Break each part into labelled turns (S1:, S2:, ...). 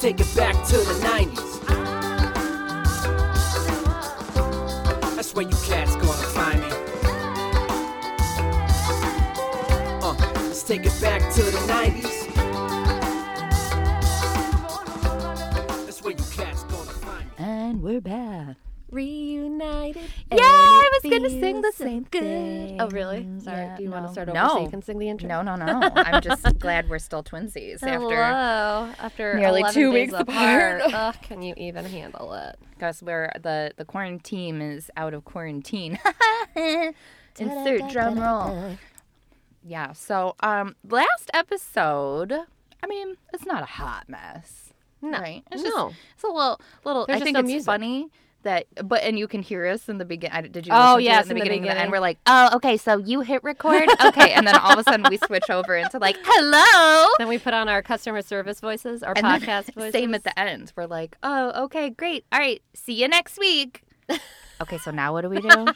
S1: take it back to the 90s. That's where you cats gonna find me. Uh, let's take it back to the 90s. That's where you cats gonna find me.
S2: And we're back.
S3: Reunited.
S2: Yeah, I was gonna sing the same
S3: same
S2: thing.
S3: Oh, really? Sorry.
S2: Yeah,
S3: Do you want
S2: no.
S3: to start over
S2: No.
S3: so you can sing the intro?
S2: No, no, no. I'm just glad we're still twinsies after
S3: Hello. After
S2: nearly
S3: 11
S2: two
S3: days
S2: weeks apart.
S3: Ugh, can you even handle it?
S2: because we're the the quarantine is out of quarantine. Insert drum roll. Yeah. So, um, last episode. I mean, it's not a hot mess.
S3: No.
S2: Right? It's just-
S3: no.
S2: It's a little little.
S3: There's
S2: I
S3: just
S2: think
S3: no
S2: it's
S3: music.
S2: funny that, but and you can hear us in the beginning. Did you? listen
S3: Oh,
S2: to it
S3: yes,
S2: in the
S3: in the
S2: beginning, and
S3: beginning.
S2: we're like, oh, okay, so you hit record, okay, and then all of a sudden we switch over into like, hello.
S3: then we put on our customer service voices, our
S2: And then
S3: podcast voices.
S2: Same at the end. We're like, oh, okay, great, all right, see you next week. okay, so now what do we do?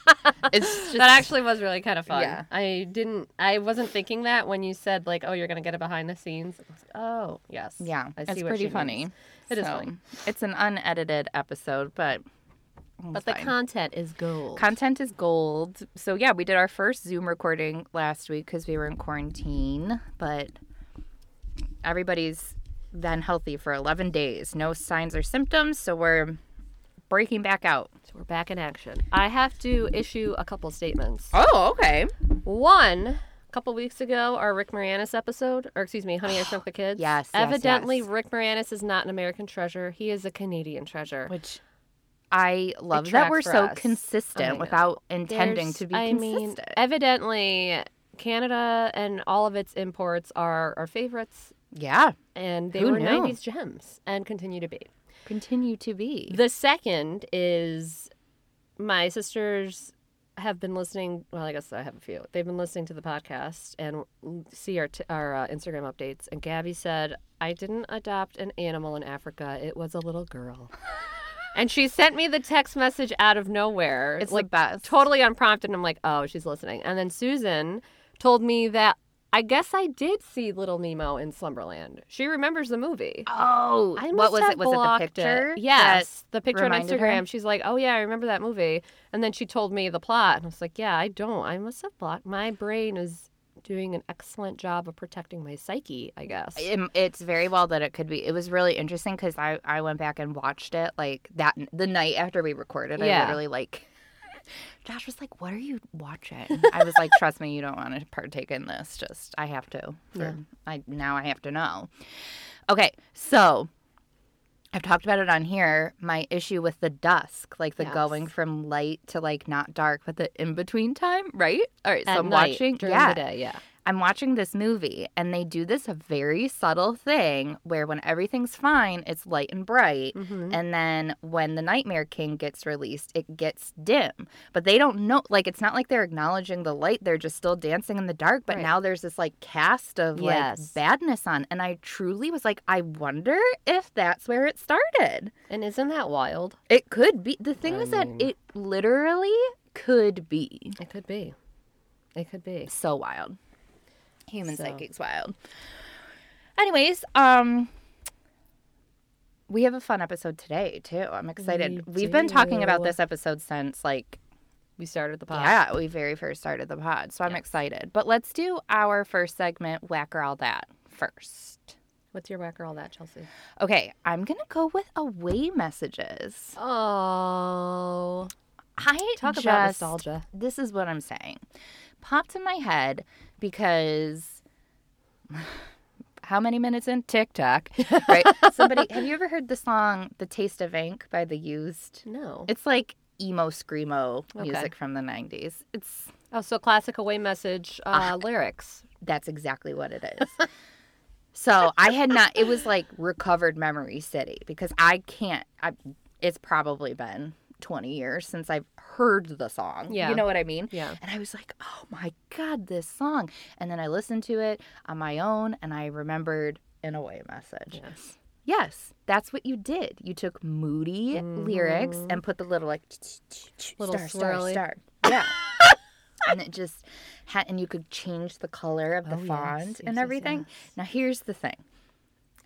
S2: It's just
S3: that actually was really kind of fun.
S2: Yeah.
S3: I didn't. I wasn't thinking that when you said like, "Oh, you're gonna get a behind the scenes." Oh, yes.
S2: yeah,
S3: I see
S2: it's
S3: what
S2: pretty
S3: she
S2: funny.
S3: means. It is
S2: So,
S3: funny.
S2: It's an unedited episode, but
S3: But
S2: it's
S3: the
S2: fine.
S3: content is gold.
S2: Content is gold. So yeah, we did our first Zoom recording last week because we were in quarantine, but everybody's been healthy for 11 days. No signs or symptoms, so we're breaking back out.
S3: So we're back in action. I have to issue a couple statements.
S2: Oh, okay.
S3: One, a couple weeks ago, our Rick Moranis episode, or excuse me, Honey, I Shrunk the Kids.
S2: Yes, yes,
S3: Evidently,
S2: yes.
S3: Rick Moranis is not an American treasure. He is a Canadian treasure.
S2: Which Oh I love that
S3: tracks
S2: we're
S3: for
S2: so
S3: us. I
S2: consistent
S3: know.
S2: without intending
S3: There's-
S2: to be
S3: I
S2: consistent.
S3: mean, e- evidently, Canada and all of its imports are our favorites,
S2: yeah,
S3: and they
S2: Who
S3: were
S2: knew?
S3: 90s gems and continue to be.
S2: continue to be.
S3: The second is my sisters have been listening. Well, I guess I have a few. They've been listening to the podcast and see our t- our uh, Instagram updates. And Gabby said, "I didn't adopt an animal in Africa. It was a little girl." and she sent me the text message out of nowhere.
S2: It's
S3: like
S2: the best.
S3: totally unprompted. And I'm like, "Oh, she's listening." And then Susan told me that. I guess I did see Little Nemo in Slumberland. She remembers the movie.
S2: oh,
S3: I
S2: what
S3: must
S2: was
S3: have
S2: it? Was it the
S3: blocked
S2: picture?
S3: Yes, the picture on
S2: reminded her?
S3: Instagram. She's like, "Oh yeah, I remember that movie." And then she told me the plot, and I was like, "Yeah, I don't. I must have blocked. My brain is doing an excellent job of protecting my psyche, I guess."
S2: Im- it's very well that it could be. It was really interesting because I, I went back and watched it like that n- the night after we recorded. I
S3: Yeah.
S2: literally like, Josh was like, "What are you watching?" I was like, "Trust me, you don't want to partake in this. Just I have to. For, I now I have to know." Okay, so I've talked about it on here. My issue with the dusk, like the
S3: Yes.
S2: going from light to like not dark, but the in between time, right? All right, so
S3: At
S2: I'm
S3: night,
S2: watching
S3: during
S2: yeah.
S3: the day, yeah.
S2: I'm watching this movie and they do this very subtle thing where when everything's fine, it's light and bright.
S3: Mhm.
S2: And then when the Nightmare King gets released, it gets dim. But they don't know, like, it's not like they're acknowledging the light. They're just still dancing in the dark. But
S3: Right.
S2: now there's this, like, cast of,
S3: Yes.
S2: like, badness on. And I truly was like, I wonder if that's where it started.
S3: And isn't that wild?
S2: It could be. The thing
S3: I
S2: is that
S3: mean-
S2: it literally could be
S3: It could be. It could be.
S2: so wild. Human
S3: So.
S2: psychic's wild. Anyways, um we have a fun episode today too. I'm excited.
S3: We
S2: We have been talking about
S3: do.
S2: this episode since like
S3: We started the podcast.
S2: yeah, we very first started the pod. So I'm excited. But let's do our first segment, Whack or All That, first.
S3: What's your whacker all that, Chelsea?
S2: Okay, I'm gonna go with away messages.
S3: Oh,
S2: I
S3: talk
S2: just,
S3: about nostalgia.
S2: this is what I'm saying. Popped in my head because how many minutes in TikTok? Right. Somebody have you ever heard the song The Taste of Ink by the Used?
S3: No.
S2: It's like emo screamo
S3: Okay.
S2: music from the 90s. It's
S3: Oh, so classic away message
S2: Ah.
S3: uh, lyrics.
S2: that's exactly what it is. so, I had not it was like recovered memory city because I can't I it's probably been 20 years since I've heard the song.
S3: Yeah.
S2: You know what I mean?
S3: Yeah.
S2: And I was like, oh my God, this song. And then I listened to it on my own and I remembered an away message.
S3: Yes.
S2: Yes, that's what you did. You took moody lyrics and put the little like
S3: Little
S2: star, star,
S3: swirly.
S2: star. Yeah. and it just had, and you could change the color of the
S3: Oh, yes,
S2: font
S3: yes,
S2: and
S3: yes,
S2: everything.
S3: yes.
S2: Now, here's the thing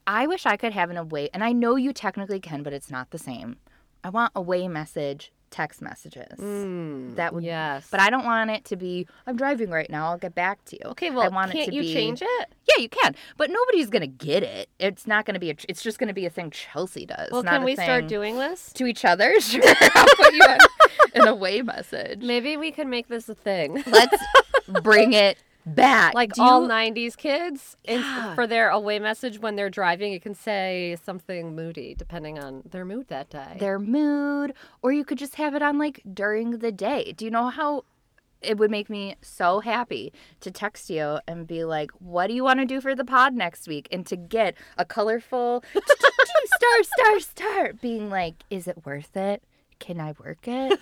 S2: I wish I could have an away, and I know you technically can, but it's not the same. I want away message text messages. that would,
S3: yes.
S2: but I don't want it to be. I'm driving right now. I'll get back to you.
S3: okay,
S2: I
S3: well,
S2: want
S3: can't
S2: it to
S3: you
S2: be,
S3: change it?
S2: Yeah, you can, but nobody's gonna get it. It's not gonna be a. It's just gonna be a thing Chelsea does.
S3: Well,
S2: not
S3: can
S2: a
S3: we start
S2: thing
S3: doing this?
S2: to each other? Sure, I'll put you on an away message.
S3: Maybe we can make this a thing.
S2: Let's bring it back.
S3: Like
S2: Do
S3: all
S2: you-
S3: 90s kids, and
S2: Yeah.
S3: for their away message when they're driving, it can say something moody depending on their mood that day.
S2: their mood, or you could just have it on like during the day. Do you know how it would make me so happy to text you and be like, "What do you want to do for the pod next week?" and to get a colorful star, star, star, being like, "Is it worth it? Can I work it?"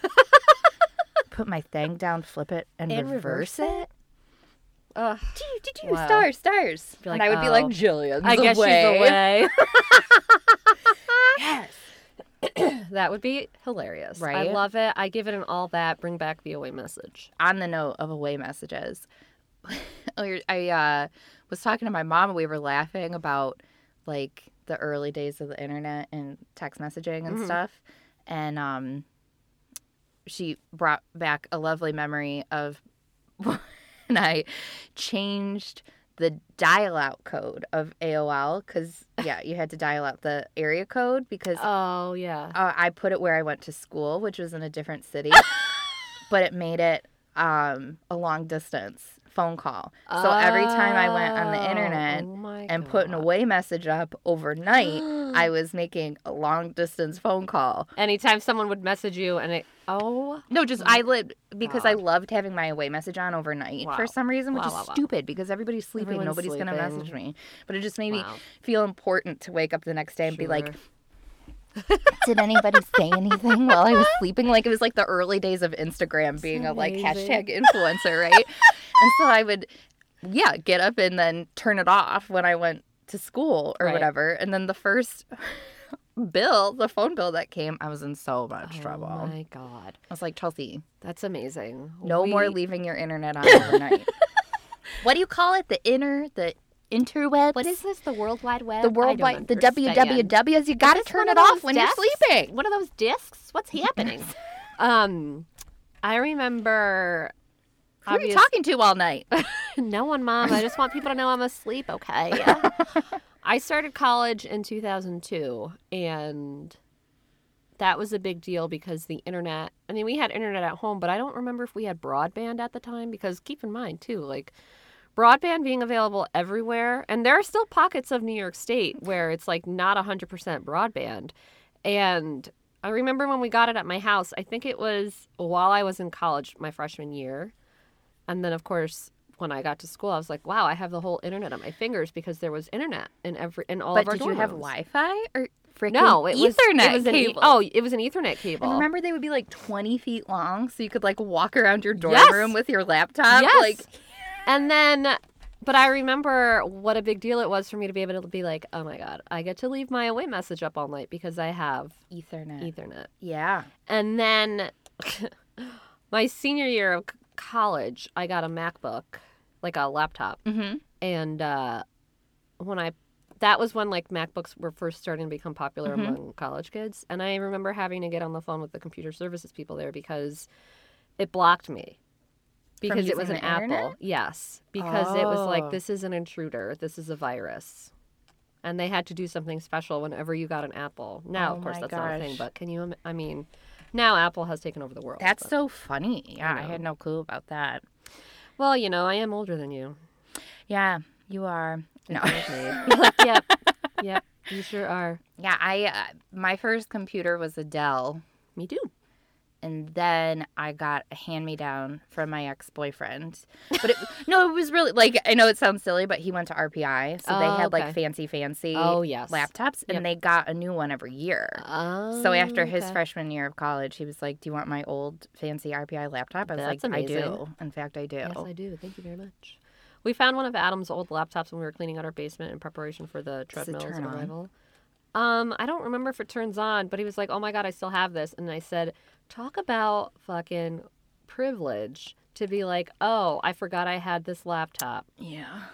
S2: Put my thing down, flip it, and,
S3: And
S2: reverse,
S3: reverse
S2: it.
S3: Ugh,
S2: Do do do
S3: Wow.
S2: stars, stars,
S3: Be like,
S2: and I would be
S3: "Oh,
S2: like, "Jillian's
S3: I guess
S2: away."
S3: she's away.
S2: Yes.
S3: that would be hilarious.
S2: Right?
S3: I love it. I give it an all that. Bring back the away message.
S2: on the note of away messages, I uh, was talking to my mom and we were laughing about like the early days of the internet and text messaging and stuff. And um, she brought back a lovely memory of when I changed the dial out code of AOL because, yeah, you had to dial out the area code because
S3: Oh yeah.
S2: uh, I put it where I went to school, which was in a different city, but it made it um, a long distance phone call. So every time I went on the
S3: Oh,
S2: internet
S3: oh my
S2: and put an
S3: God.
S2: away message up overnight, I was making a long distance phone call.
S3: anytime someone would message you and it oh
S2: No, just I lived because I loved having my away message on overnight
S3: Wow.
S2: for some reason, which
S3: Wow,
S2: is
S3: wow, wow.
S2: stupid because everybody's sleeping.
S3: Everyone's
S2: Nobody's going to
S3: sleeping.
S2: message me. But it just made
S3: Wow.
S2: me feel important to wake up the next day and be like,
S3: sure.
S2: did anybody say anything while I was sleeping? Like it was like the early days of Instagram being a like hashtag
S3: amazing.
S2: influencer, right? and so I would, yeah, get up and then turn it off when I went to school or
S3: Right.
S2: whatever. And then the first bill, the phone bill that came, I was in so much trouble.
S3: Oh my god.
S2: I was like, Chelsea,
S3: That's amazing.
S2: no more
S3: We-
S2: leaving your internet on overnight. what do you call it? The inner, the interweb.
S4: What is this? The World Wide Web?
S2: The
S4: I don't
S2: worldwide, the
S4: understand.
S2: WWWs, you gotta
S4: Is this
S2: turn
S4: one of
S2: it off
S4: those
S2: when
S4: discs?
S2: you're sleeping.
S4: One of those discs? What's happening?
S3: Um I remember
S2: Who are you
S3: obvious-
S2: talking to all night?
S3: No one, mom. I just want people to know I'm asleep, okay? I started college in 2002 and that was a big deal because the internet, I mean, we had internet at home, but I don't remember if we had broadband at the time because keep in mind too, like broadband being available everywhere and there are still pockets of New York state where it's like not 100% broadband. And I remember when we got it at my house, I think it was while I was in college my freshman year. And then, of course, when I got to school, I was like, "Wow, I have the whole internet on my fingers because there was internet in every in all
S2: but
S3: of our
S2: did
S3: dorm
S2: you have
S3: rooms.
S2: Wi-Fi or freaking
S3: No, it
S2: Ethernet
S3: was It was an e-
S2: cable?
S3: oh, it was an Ethernet cable.
S2: And remember they would be like twenty feet long, so you could like walk around your dorm
S3: Yes.
S2: room with your laptop.
S3: Yes.
S2: Like
S3: and then, but I remember what a big deal it was for me to be able to be like, "Oh my god, I get to leave my away message up all night because I have
S2: Ethernet.
S3: Ethernet."
S2: Yeah.
S3: And then my senior year of c- college, I got a MacBook, like a laptop.
S2: Mm-hmm.
S3: and uh, when I that was when like MacBooks were first starting to become popular
S2: Mhm.
S3: among college kids, and I remember having to get on the phone with the computer services people there because it blocked me because it
S2: using
S3: was an
S2: the
S3: Apple.
S2: internet?
S3: Yes, because it was
S2: Oh.
S3: like this is an intruder, this is a virus. And they had to do something special whenever you got an Apple. Now,
S2: Oh
S3: of course,
S2: my
S3: that's not a thing,
S2: gosh.
S3: but can you? im- I mean, now Apple has taken over the world.
S2: That's
S3: but-
S2: so funny. Yeah, I,
S3: know.
S2: had no clue about that.
S3: well, you know, I am older than you.
S2: Yeah, you are. No.
S3: yep, yep, you sure are.
S2: yeah, I uh, my first computer was a Dell,
S3: Me too.
S2: and then I got a hand me down from my ex boyfriend. But it, no, it was really like I know it sounds silly, but he went to RPI, so they
S3: Oh,
S2: had like
S3: okay.
S2: fancy, fancy.
S3: Oh yes.
S2: laptops and
S3: Yep. Oh,
S2: they got a new one every year. so after his freshman year of college, he was like, "Do you want my old fancy RPI laptop?" I was
S3: That's
S2: like, "I do.
S3: amazing.
S2: In fact, I do."
S3: Yes, I do. Thank you very much. We found one of Adam's old laptops when we were cleaning out our basement in preparation for the
S2: Does it
S3: treadmill's
S2: turn on?
S3: arrival. Um, I don't remember if it turns on, but he was like, "Oh my god, I still have this," and I said, "Talk about fucking privilege to be like, oh, I forgot I had this laptop."
S2: yeah.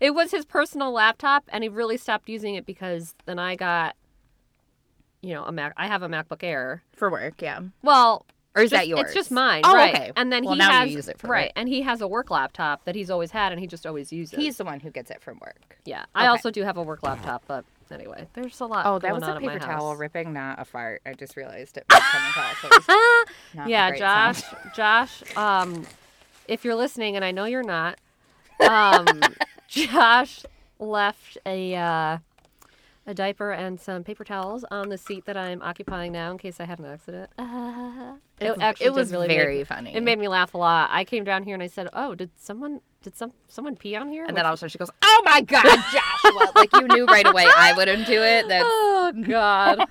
S3: It was his personal laptop, and he really stopped using it because then I got, you know, a Mac. I have a MacBook Air.
S2: for work. Yeah.
S3: Well,
S2: Or is
S3: just-
S2: that yours?
S3: It's just mine.
S2: Oh,
S3: right.
S2: okay.
S3: And then
S2: Well,
S3: he
S2: now you
S3: has
S2: use it for
S3: right,
S2: work.
S3: and he has a work laptop that he's always had, and he just always uses.
S2: He's the one who gets it from work.
S3: yeah. I
S2: okay.
S3: also do have a work laptop, but anyway, there's a lot.
S2: Oh, that
S3: going
S2: was a
S3: on at my
S2: paper towel
S3: house.
S2: ripping, not a fart. I just realized it was coming across. It was not a
S3: yeah,
S2: great
S3: Josh.
S2: sound.
S3: Josh, um, if you're listening, and I know you're not, um, Josh left a uh, a diaper and some paper towels on the seat that I'm occupying now in case I had an accident. it actually
S2: it
S3: did
S2: was
S3: really make-
S2: very funny.
S3: It made me laugh a lot. I came down here and I said, "Oh, did someone did some someone pee on here?"
S2: and then all of a sudden she goes, "Oh my God, Joshua!" like you knew right away I wouldn't do it. That's
S3: oh God,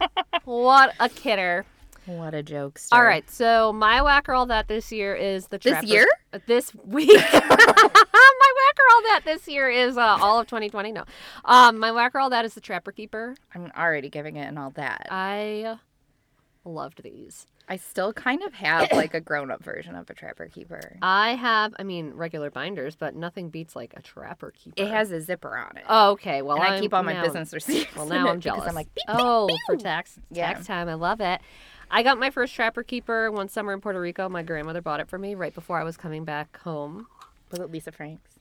S3: what a kidder!
S2: what a jokester.
S3: All right, so my whack or all that this year is the
S2: This
S3: Trappers-
S2: year?
S3: uh, this week. my whack or all that this year is uh, all of 2020. No, um, my whack or all that is the Trapper Keeper.
S2: I'm already giving it and all that.
S3: I loved these.
S2: I still kind of have like a grown-up version of a trapper keeper.
S3: I have, I mean, regular binders, but nothing beats like a Trapper Keeper.
S2: It has a zipper on it.
S3: Oh, okay. Well,
S2: and I
S3: I'm
S2: keep all my
S3: now-
S2: business receipts.
S3: Well,
S2: in
S3: now
S2: it
S3: I'm jealous.
S2: Because I'm like, beep, beep,
S3: oh, for tax
S2: Yeah.
S3: tax time, I love it. I got my first Trapper Keeper one summer in Puerto Rico. My grandmother bought it for me right before I was coming back home.
S2: was it Lisa Franks?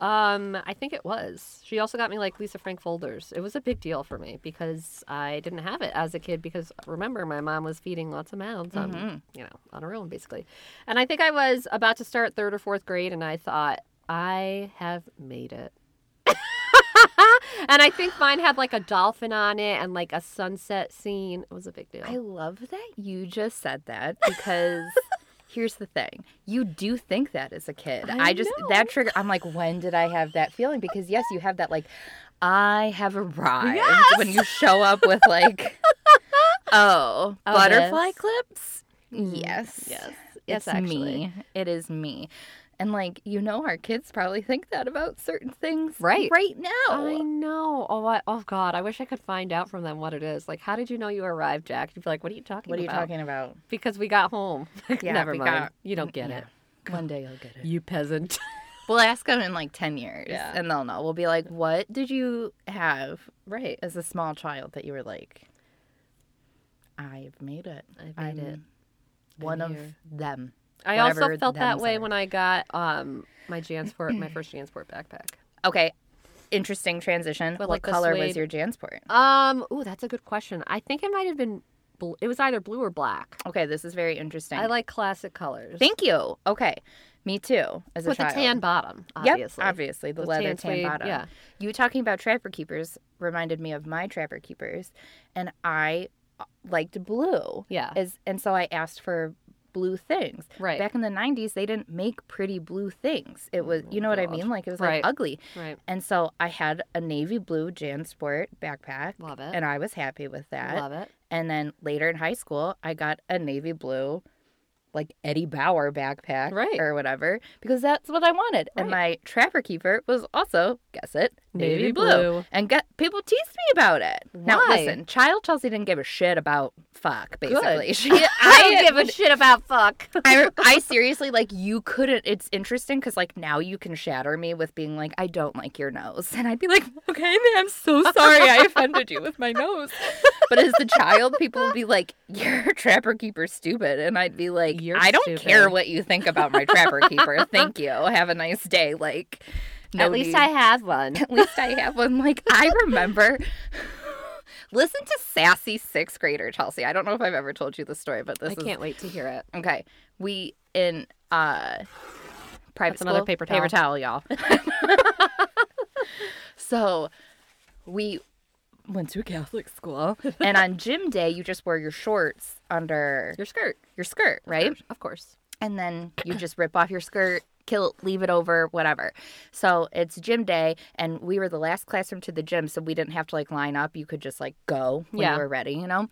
S3: Um, I think it was. She also got me like Lisa Frank folders. It was a big deal for me because I didn't have it as a kid because remember my mom was feeding lots of mouths on you know on her own basically, and I think I was about to start third or fourth grade and I thought I have made it. and I think mine had like a dolphin on it and like a sunset scene. It was a big deal.
S2: I love that you just said that because here's the thing. You do think that as a kid. I,
S3: I
S2: just
S3: know.
S2: that trigger I'm like, when did I have that feeling? Because yes, you have that like I have arrived when you show up with like oh,
S3: Oh,
S2: butterfly
S3: this. Mm,
S2: clips? Yes.
S3: yes,
S2: It's
S3: yes, actually.
S2: me. It is me. And like, you know our kids probably think that about certain things
S3: Right.
S2: right now.
S3: I know. Oh, I, oh God! I wish I could find out from them what it is. Like, how did you know you arrived, Jack? You'd be like, "What are you talking
S2: what are you
S3: about?"
S2: talking about?
S3: Because we got home. Like,
S2: Yeah,
S3: Never
S2: we
S3: mind.
S2: got-
S3: You don't get
S2: yeah.
S3: it.
S2: One day you'll get it.
S3: You peasant.
S2: We'll ask them in like 10 years
S3: Yeah.
S2: and they'll know. We'll be like, what did you have
S3: right.
S2: as a small child that you were like, I've made it.
S3: I've made it.
S2: I'm One of
S3: here."
S2: them.
S3: I also
S2: whatever
S3: felt that
S2: thems
S3: way
S2: are.
S3: when I got um my Jansport, my first Jansport backpack.
S2: Okay. Interesting transition.
S3: But,
S2: what
S3: like, the
S2: color was
S3: suede-
S2: your Jansport?
S3: Um. Ooh, that's a good question. I think it might have been. Bl- it was either blue or black.
S2: Okay, this is very interesting.
S3: I like classic colors.
S2: Thank you. Okay. Me too. As a
S3: with a
S2: child.
S3: tan bottom, obviously.
S2: Yep, obviously the
S3: Those
S2: leather
S3: tan
S2: tan,
S3: suede,
S2: bottom.
S3: yeah.
S2: You talking about trapper keepers reminded me of my trapper keepers, and I uh, liked blue.
S3: Yeah.
S2: As, and so I asked for blue things.
S3: Right.
S2: Back in the '90s, they didn't make pretty blue things. It was, you know what I
S3: God.
S2: mean? Like it was
S3: Right.
S2: like ugly.
S3: Right.
S2: And so I had a navy blue JanSport backpack.
S3: Love it.
S2: And I was happy with that.
S3: Love it.
S2: And then later in high school, I got a navy blue, like Eddie Bauer backpack
S3: Right.
S2: or whatever, because that's what I wanted. And my trapper keeper was also, guess it, navy,
S3: Navy
S2: blue.
S3: blue.
S2: And get, people teased me about it. Now,
S3: Why?
S2: listen, child Chelsea didn't give a shit about fuck, basically. She,
S3: I
S2: I,
S3: don't give a shit about fuck.
S2: I, I seriously, like, you couldn't. It's interesting because, like, now you can shatter me with being like, I don't like your nose. And I'd be like, okay, man, I'm so sorry I offended you with my nose. But as the child, people would be like, you're a trapper keeper stupid. And I'd be like,
S3: You're
S2: I don't care
S3: stupid.
S2: what you think about my trapper keeper. Thank you. Have a nice day. Like, no
S3: At least
S2: need-
S3: I have one.
S2: at least I have one. Like I remember. Listen to sassy sixth grader Chelsea. I don't know if I've ever told you this story, but this
S3: I
S2: is
S3: can't wait to hear it.
S2: Okay. We in uh private
S3: That's another
S2: school?
S3: paper
S2: Paper towel, y'all. so we went to a Catholic school and on gym day you just wear your shorts under
S3: Your skirt,
S2: your skirt, right?
S3: of course.
S2: and then you just rip off your skirt kill leave it over whatever so it's gym day and we were the last classroom to the gym so we didn't have to like line up you could just like go when
S3: Yeah.
S2: you were ready you know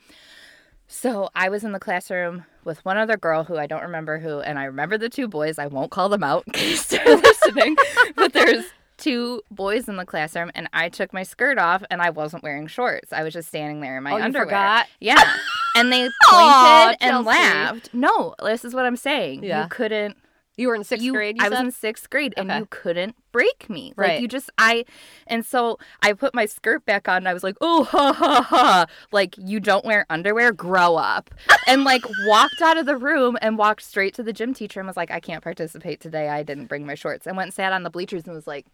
S2: so i was in the classroom with one other girl who i don't remember who and i remember the two boys i won't call them out in case they're listening but there's two boys in the classroom and i took my skirt off and i wasn't wearing shorts i was just standing there in my
S3: Oh, you
S2: underwear
S3: forgot?
S2: yeah and they pointed
S3: Aw,
S2: and
S3: Chelsea.
S2: laughed no this is what i'm saying
S3: Yeah.
S2: you couldn't
S3: You were in sixth
S2: you,
S3: grade. You
S2: I
S3: said?
S2: was in sixth grade, and
S3: Okay.
S2: you couldn't break me. Like
S3: Right.
S2: you just I, and so I put my skirt back on, and I was like, oh ha ha ha, like you don't wear underwear, grow up, and like walked out of the room and walked straight to the gym teacher and was like, I can't participate today. I didn't bring my shorts, and went and sat on the bleachers and was like,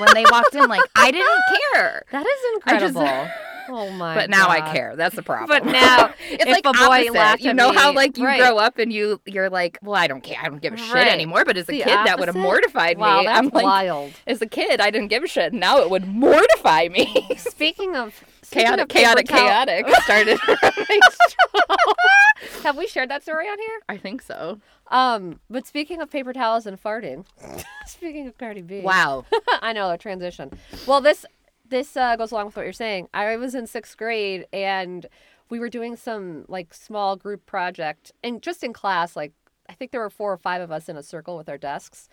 S2: when they walked in, like I didn't care.
S3: that is
S2: I just-
S3: incredible. oh my!
S2: But now
S3: God.
S2: I care. That's the problem.
S3: But now
S2: it's
S3: if
S2: like
S3: a boy
S2: opposite.
S3: laughed
S2: You
S3: at
S2: know how
S3: me-
S2: like you
S3: Right.
S2: grow up and you you're like, well, I don't care. I don't give a shit
S3: Right.
S2: anymore. But as a
S3: The
S2: kid, that would have
S3: opposite?
S2: mortified
S3: wow,
S2: me.
S3: that's
S2: I'm like,
S3: wild.
S2: as a kid, I didn't give a shit. Now it would mortify me.
S3: Speaking of speaking
S2: chaotic,
S3: of paper
S2: chaotic,
S3: towel-
S2: chaotic. Started.
S3: have we shared that story on here?
S2: I think so.
S3: Um, but speaking of paper towels and farting, speaking of Cardi B,
S2: Wow.
S3: I know a transition. Well, this this uh, goes along with what you're saying. I was in sixth grade and we were doing some like small group project and just in class, like I think there were four or five of us in a circle with our desks,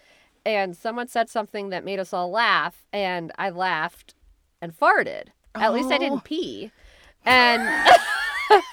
S3: and someone said something that made us all laugh, and I laughed and farted. At least I
S2: Oh.
S3: didn't pee, and.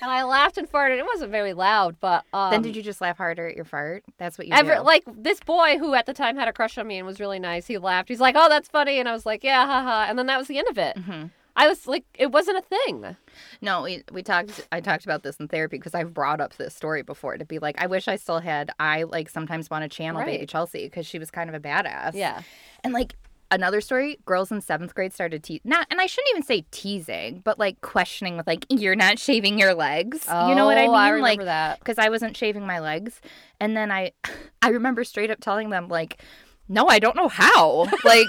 S3: And I laughed and farted. It wasn't very loud, but um,
S2: then did you just laugh harder at your fart? That's what you
S3: Ever
S2: do.
S3: like this boy who at the time had a crush on me and was really nice. He laughed. He's like, "Oh, that's funny," and I was like, "Yeah, haha." And then that was the end of it.
S2: Mm-hmm.
S3: I was like, it wasn't a thing.
S2: No, we, we talked. I talked about this in therapy because I've brought up this story before to be like, I wish I still had. I like sometimes want to channel
S3: Right.
S2: baby Chelsea because she was kind of a badass.
S3: Yeah,
S2: And like another story, girls in seventh grade started te- not, and I shouldn't even say teasing, but like questioning with like, you're not shaving your legs. you know what I mean?
S3: Oh, I remember
S2: like
S3: that.
S2: because I wasn't shaving my legs, and then I, I remember straight up telling them like, no, I don't know how. Like,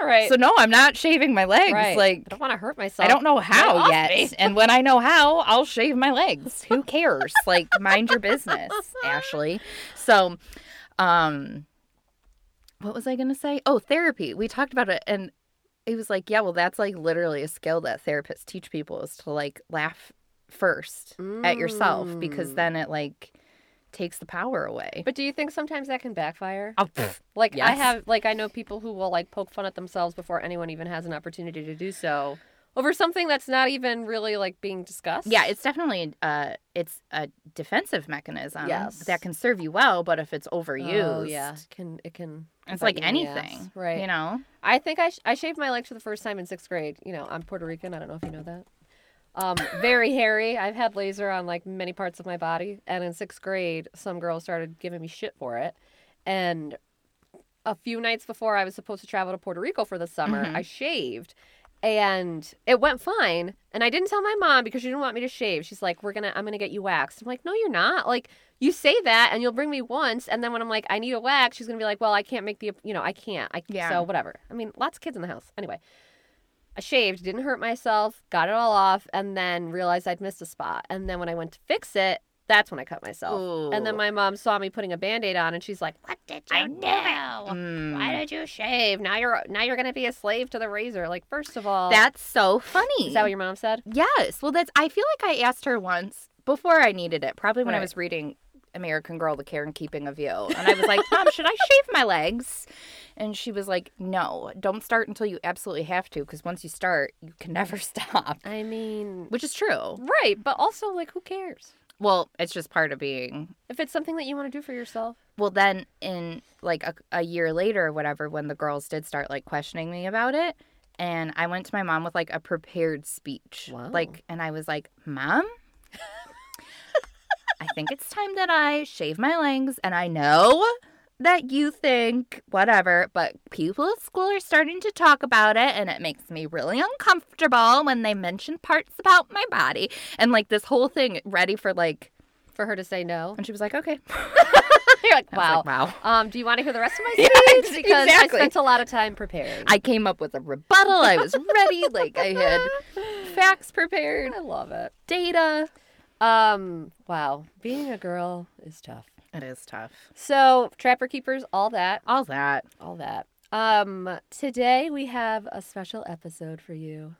S3: right.
S2: so no, I'm not shaving my legs.
S3: right.
S2: Like.
S3: I don't want to hurt myself.
S2: I don't know
S3: Get
S2: how
S3: off
S2: yet.
S3: me.
S2: and when I know how, I'll shave my legs. Who cares? like mind your business, Ashley. So, um what was I going to say? Oh, therapy. We talked about it and it was like, yeah, well that's like literally a skill that therapists teach people is to like laugh first at yourself because
S3: Mm.
S2: then it like takes the power away.
S3: But do you think sometimes that can backfire?
S2: Oh, pff.
S3: Like I
S2: yes.
S3: have, like I know people who will like poke fun at themselves before anyone even has an opportunity to do so over something that's not even really like being discussed.
S2: Yeah, it's definitely uh, it's a defensive mechanism
S3: Yes.
S2: that can serve you well, but if it's overused,
S3: Oh, yeah, it can it can
S2: It's
S3: bite
S2: like
S3: you in the ass.
S2: anything,
S3: right?
S2: You know,
S3: I think I, sh- I shaved my legs for the first time in sixth grade. You know, I'm Puerto Rican. I don't know if you know that. Um, very hairy. I've had laser on like many parts of my body. And in sixth grade, some girl started giving me shit for it. And a few nights before I was supposed to travel to Puerto Rico for the summer, I shaved. And it went fine. And I didn't tell my mom because she didn't want me to shave. She's like, We're gonna I'm gonna get you waxed. I'm like, No, you're not. Like, you say that and you'll bring me once and then when I'm like, I need a wax, she's gonna be like, Well, I can't make the you know, I can't. I
S2: Yeah.
S3: so whatever. I mean, lots of kids in the house. Anyway. I shaved, didn't hurt myself, got it all off, and then realized I'd missed a spot. And then when I went to fix it, that's when I cut myself. And then
S2: Ooh.
S3: my mom saw me putting a band aid on and she's like, What did you do?
S2: Mm.
S3: Why did you shave? Now you're now you're gonna be a slave to the razor. Like, first of all,
S2: that's so funny.
S3: is that what your mom said?
S2: yes. Well, that's. I feel like I asked her once before I needed it, probably when I
S3: Right.
S2: was reading American Girl: The Care and Keeping of You, and I was like, Mom, should I shave my legs? And she was like, No, don't start until you absolutely have to, because once you start, you can never stop.
S3: I mean,
S2: Which is true.
S3: right, but also like, who cares
S2: Well, it's just part of being
S3: if it's something that you want to do for yourself?
S2: well then in like a, a year later or whatever when the girls did start like questioning me about it and i went to my mom with like a prepared speech
S3: Wow.
S2: like and i was like mom i think it's time that i shave my legs and i know that you think whatever but people at school are starting to talk about it and it makes me really uncomfortable when they mention parts about my body and like this whole thing ready for like
S3: For her to say no,
S2: and she was like okay
S3: you're like,
S2: I was
S3: wow.
S2: like, wow
S3: Um, do you want to hear the rest of my
S2: Yeah,
S3: speech?
S2: ex-
S3: because
S2: exactly.
S3: I spent a lot of time preparing.
S2: I came up with a rebuttal. I was ready. like I had facts prepared,
S3: I love it.
S2: data.
S3: Um, wow, being a girl is tough.
S2: It is tough.
S3: So, trapper keepers, all that,
S2: All that.
S3: all that. Um, today we have a special episode for you.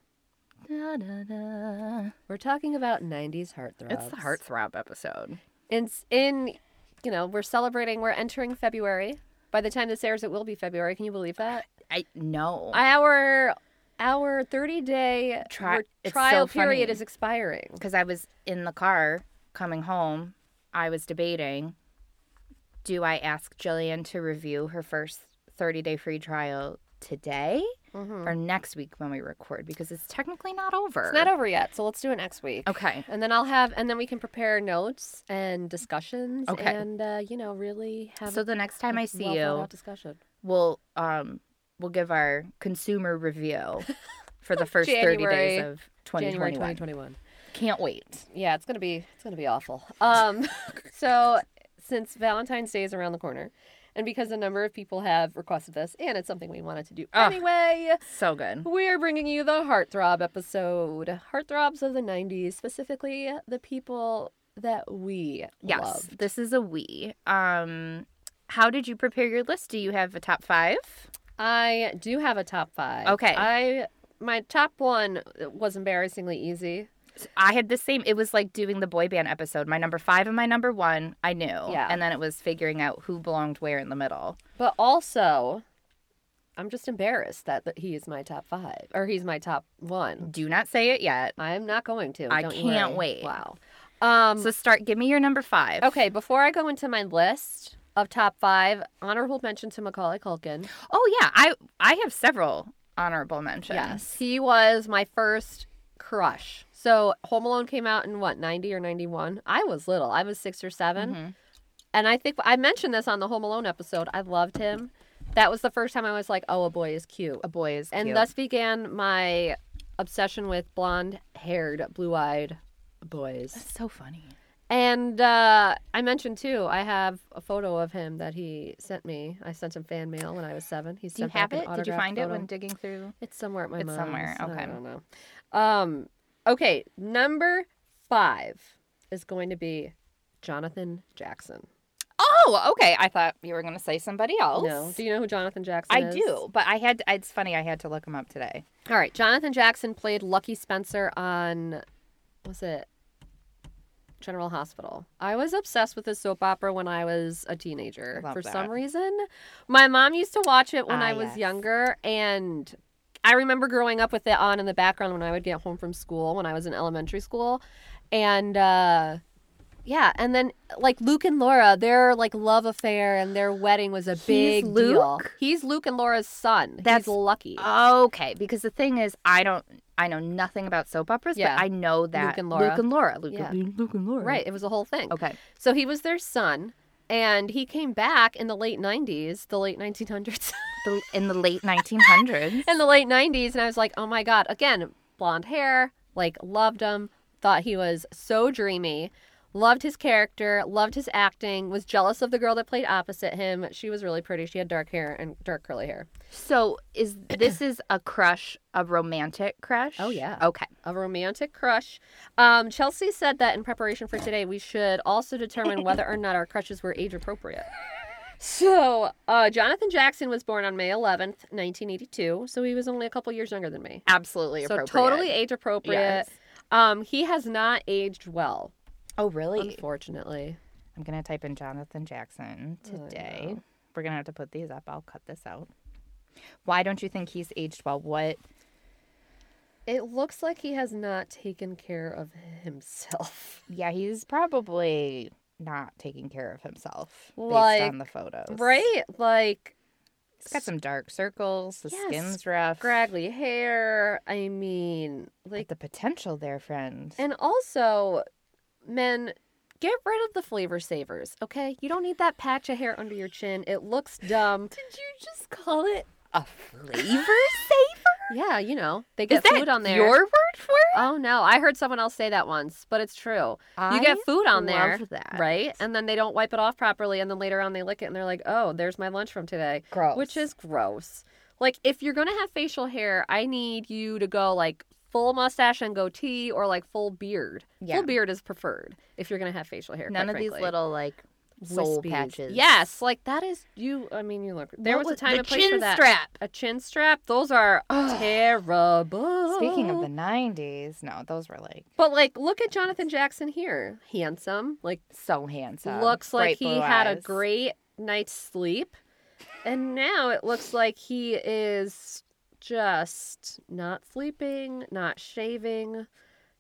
S2: Da, da, da.
S3: We're talking about 90s heartthrobs.
S2: It's the heartthrob episode.
S3: in in you know we're celebrating we're entering february by the time this airs it will be february can you believe that
S2: I know.
S3: our our 30 day
S2: Tri-
S3: re-
S2: it's
S3: trial
S2: so
S3: period
S2: funny.
S3: is expiring
S2: Because I was in the car coming home. I was debating do I ask Jillian to review her first 30 day free trial today or next week when we record? Because Mm-hmm. it's technically not over.
S3: It's not over yet, so let's do it next week.
S2: Okay.
S3: And then I'll have, and then we can prepare notes and discussions.
S2: Okay.
S3: And uh, you know, really have.
S2: So the next time I see
S3: well
S2: you,
S3: Discussion.
S2: we'll um we'll give our consumer review for the first 30 days
S3: January-
S2: of 2021.
S3: January 2021.
S2: Can't wait.
S3: Yeah, it's gonna be it's gonna be awful. Um, so since Valentine's Day is around the corner, and because a number of people have requested this, and it's something we wanted to do
S2: Ugh.
S3: anyway,
S2: So good.
S3: we're bringing you the heartthrob episode. Heartthrobs of the '90s, specifically the people that we
S2: Yes.
S3: love.
S2: This is a we. Um how did you prepare your list? Do you have a top 5?
S3: I do have a top five.
S2: Okay.
S3: I my top one was embarrassingly easy.
S2: I had the same. It was like doing the boy band episode. My number 5 and my number 1, I knew.
S3: Yeah.
S2: And then it was figuring out who belonged where in the middle.
S3: But also, I'm just embarrassed that that he is my top five, or he's my top one.
S2: Do not say it yet.
S3: I'm not going to.
S2: I
S3: don't you
S2: can't
S3: worry.
S2: wait.
S3: Wow. Um,
S2: So start give me your number 5.
S3: okay, before I go into my list of top five, honorable mention to Macaulay Culkin.
S2: Oh yeah, I I have several honorable mentions.
S3: He was my first crush. So Home Alone came out in what, 90 or 91? I was little. I was six or 7
S2: Mm-hmm.
S3: And I think I mentioned this on the Home Alone episode. I loved him. That was the first time I was like, oh, a boy is cute.
S2: A boy is
S3: And
S2: cute.
S3: thus began my obsession with blonde haired, blue eyed boys.
S2: so funny.
S3: And uh, I mentioned too, I have a photo of him that he sent me. I sent him fan mail when I was seven. He
S2: Do you
S3: sent me, like,
S2: have
S3: an
S2: it? Did you
S3: autographed
S2: find it
S3: photo.
S2: when digging through?
S3: It's somewhere at my
S2: It's
S3: mom's.
S2: somewhere, okay.
S3: I don't know. Um, okay, number five is going to be Jonathan Jackson.
S2: Oh, okay. I thought you were going to say somebody else.
S3: No, do you know who Jonathan Jackson
S2: Oh, I
S3: is?
S2: do, but I had. It's funny. I had to look him up today.
S3: All right, Jonathan Jackson played Lucky Spencer on, was it General Hospital? I was obsessed with this soap opera when I was a teenager.
S2: Love
S3: For
S2: that.
S3: some reason, my mom used to watch it when
S2: Ah,
S3: I was
S2: yes.
S3: younger, and I remember growing up with it on in the background when I would get home from school when I was in elementary school, and. uh yeah, and then like Luke and Laura, their like love affair and their wedding was a big deal.
S2: Luke?
S3: He's Luke and Laura's son.
S2: That's-
S3: He's Lucky.
S2: Okay, because the thing is, I don't. I know nothing about soap operas,
S3: Yeah.
S2: but I know that
S3: and Laura.
S2: Luke and Laura. Luke,
S3: Yeah.
S2: and, Luke and Laura.
S3: Right. It was a whole thing.
S2: Okay.
S3: So he was their son, and he came back in the late 90s, the late 1900s,
S2: The, in the late 1900s.
S3: in the late 90s. And I was like, oh my God. Again, blonde hair, like, loved him, thought he was so dreamy, loved his character, loved his acting, was jealous of the girl that played opposite him. She was really pretty. She had dark hair and dark curly hair.
S2: So is this is a crush, a romantic crush?
S3: Oh, yeah.
S2: Okay.
S3: A romantic crush. Um, Chelsea said that in preparation for today, we should also determine whether or not our crushes were age appropriate. So, uh, Jonathan Jackson was born on May 11th, 1982. So he was only a couple years younger than me.
S2: Absolutely
S3: So
S2: appropriate.
S3: totally age appropriate.
S2: Yes.
S3: Um, he has not aged well,
S2: Oh really?
S3: unfortunately.
S2: I'm gonna type in Jonathan Jackson
S3: Oh,
S2: today. We're gonna have to put these up. I'll cut this out. Why don't you think he's aged well? What?
S3: It looks like he has not taken care of himself.
S2: Yeah, he's probably not taking care of himself based on the photos.
S3: Right? Like,
S2: He's got some dark circles. The
S3: Yes,
S2: skin's rough.
S3: scraggly hair. I mean,
S2: But
S3: like,
S2: the potential there, friend.
S3: And also, men, get rid of the flavor savers, okay? You don't need that patch of hair under your chin. It looks dumb.
S4: Did you just call it?
S2: a flavor saver?
S3: yeah, you know, they
S2: Is
S3: get
S2: that
S3: food on there.
S2: your word for it?
S3: Oh no, I heard someone else say that once, but it's true. you get
S2: I
S3: food on there,
S2: love that.
S3: right? And then they don't wipe it off properly, and then later on they lick it, and they're like, "Oh, there's my lunch from today,"
S2: Gross.
S3: which is gross. Like, if you're gonna have facial hair, I need you to go like full mustache and goatee, or like full beard.
S2: Yeah.
S3: Full beard is preferred if you're gonna have facial hair.
S2: None
S3: quite
S2: of these
S3: frankly.
S2: little like soul
S3: Wispies.
S2: patches.
S3: Yes, like that is you. I mean, you look. There
S2: What
S3: was a
S2: was-
S3: time
S2: the
S3: and place
S2: chin
S3: for that.
S2: strap.
S3: A chin strap. Those are terrible.
S2: Speaking of the 90s, no, those were like
S3: But like, look at Jonathan Jackson here. Handsome. Like,
S2: so handsome.
S3: looks
S2: Bright
S3: like he
S2: blue
S3: had a
S2: eyes.
S3: great night's sleep, and now it looks like he is just not sleeping, not shaving.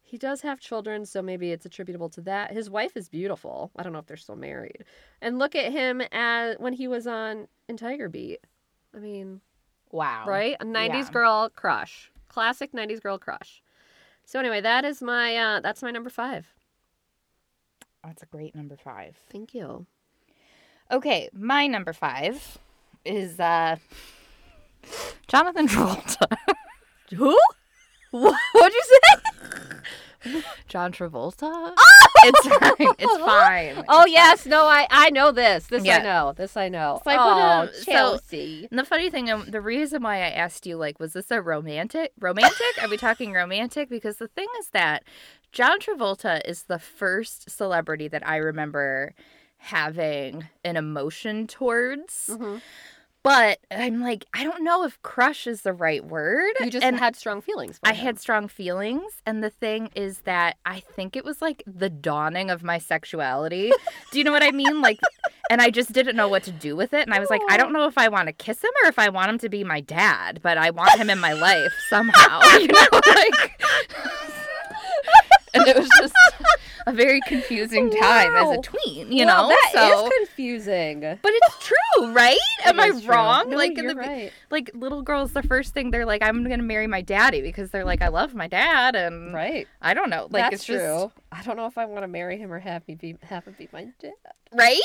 S3: He does have children, so maybe it's attributable to that. His wife is beautiful. I don't know if they're still married. And look at him as when he was on in Tiger Beat. I mean,
S2: Wow.
S3: right? A 90s
S2: Yeah.
S3: girl crush. Classic 90s girl crush. So anyway, that is my uh that's my number 5.
S2: That's a great number five.
S3: Thank you.
S2: Okay, my number five is uh Jonathan Travolta.
S3: Who?
S2: What- What'd you say? John Travolta? It's fine. It's fine.
S3: Oh yes, no, I I know this. This
S2: Yeah.
S3: I know. This I know.
S2: So I put
S3: oh,
S2: a- so-
S3: Chelsea.
S2: And the funny thing, um, the reason why I asked you, like, was this a romantic? Romantic? Are we talking romantic? Because the thing is that John Travolta is the first celebrity that I remember having an emotion towards.
S3: Mhm.
S2: But I'm like, I don't know if crush is the right word.
S3: You just
S2: and
S3: had strong feelings. for
S2: I
S3: him.
S2: had strong feelings, and the thing is that I think it was like the dawning of my sexuality. do you know what I mean? Like, and I just didn't know what to do with it. And I was like, I don't know if I want to kiss him or if I want him to be my dad, but I want him in my life somehow. You know, like, and it was just a very confusing time as
S3: Wow.
S2: a tween. You know,
S3: Well, that is
S2: so.
S3: confusing.
S2: but it's true, right? Am
S3: It
S2: I
S3: is true.
S2: wrong?
S3: No,
S2: like in
S3: you're
S2: the
S3: right.
S2: like little girls the first thing they're like i'm gonna marry my daddy because they're like i love my dad and
S3: Right.
S2: i don't know like
S3: That's
S2: it's
S3: true.
S2: just
S3: I don't know if I want to marry him or have me be have him be my dad.
S2: right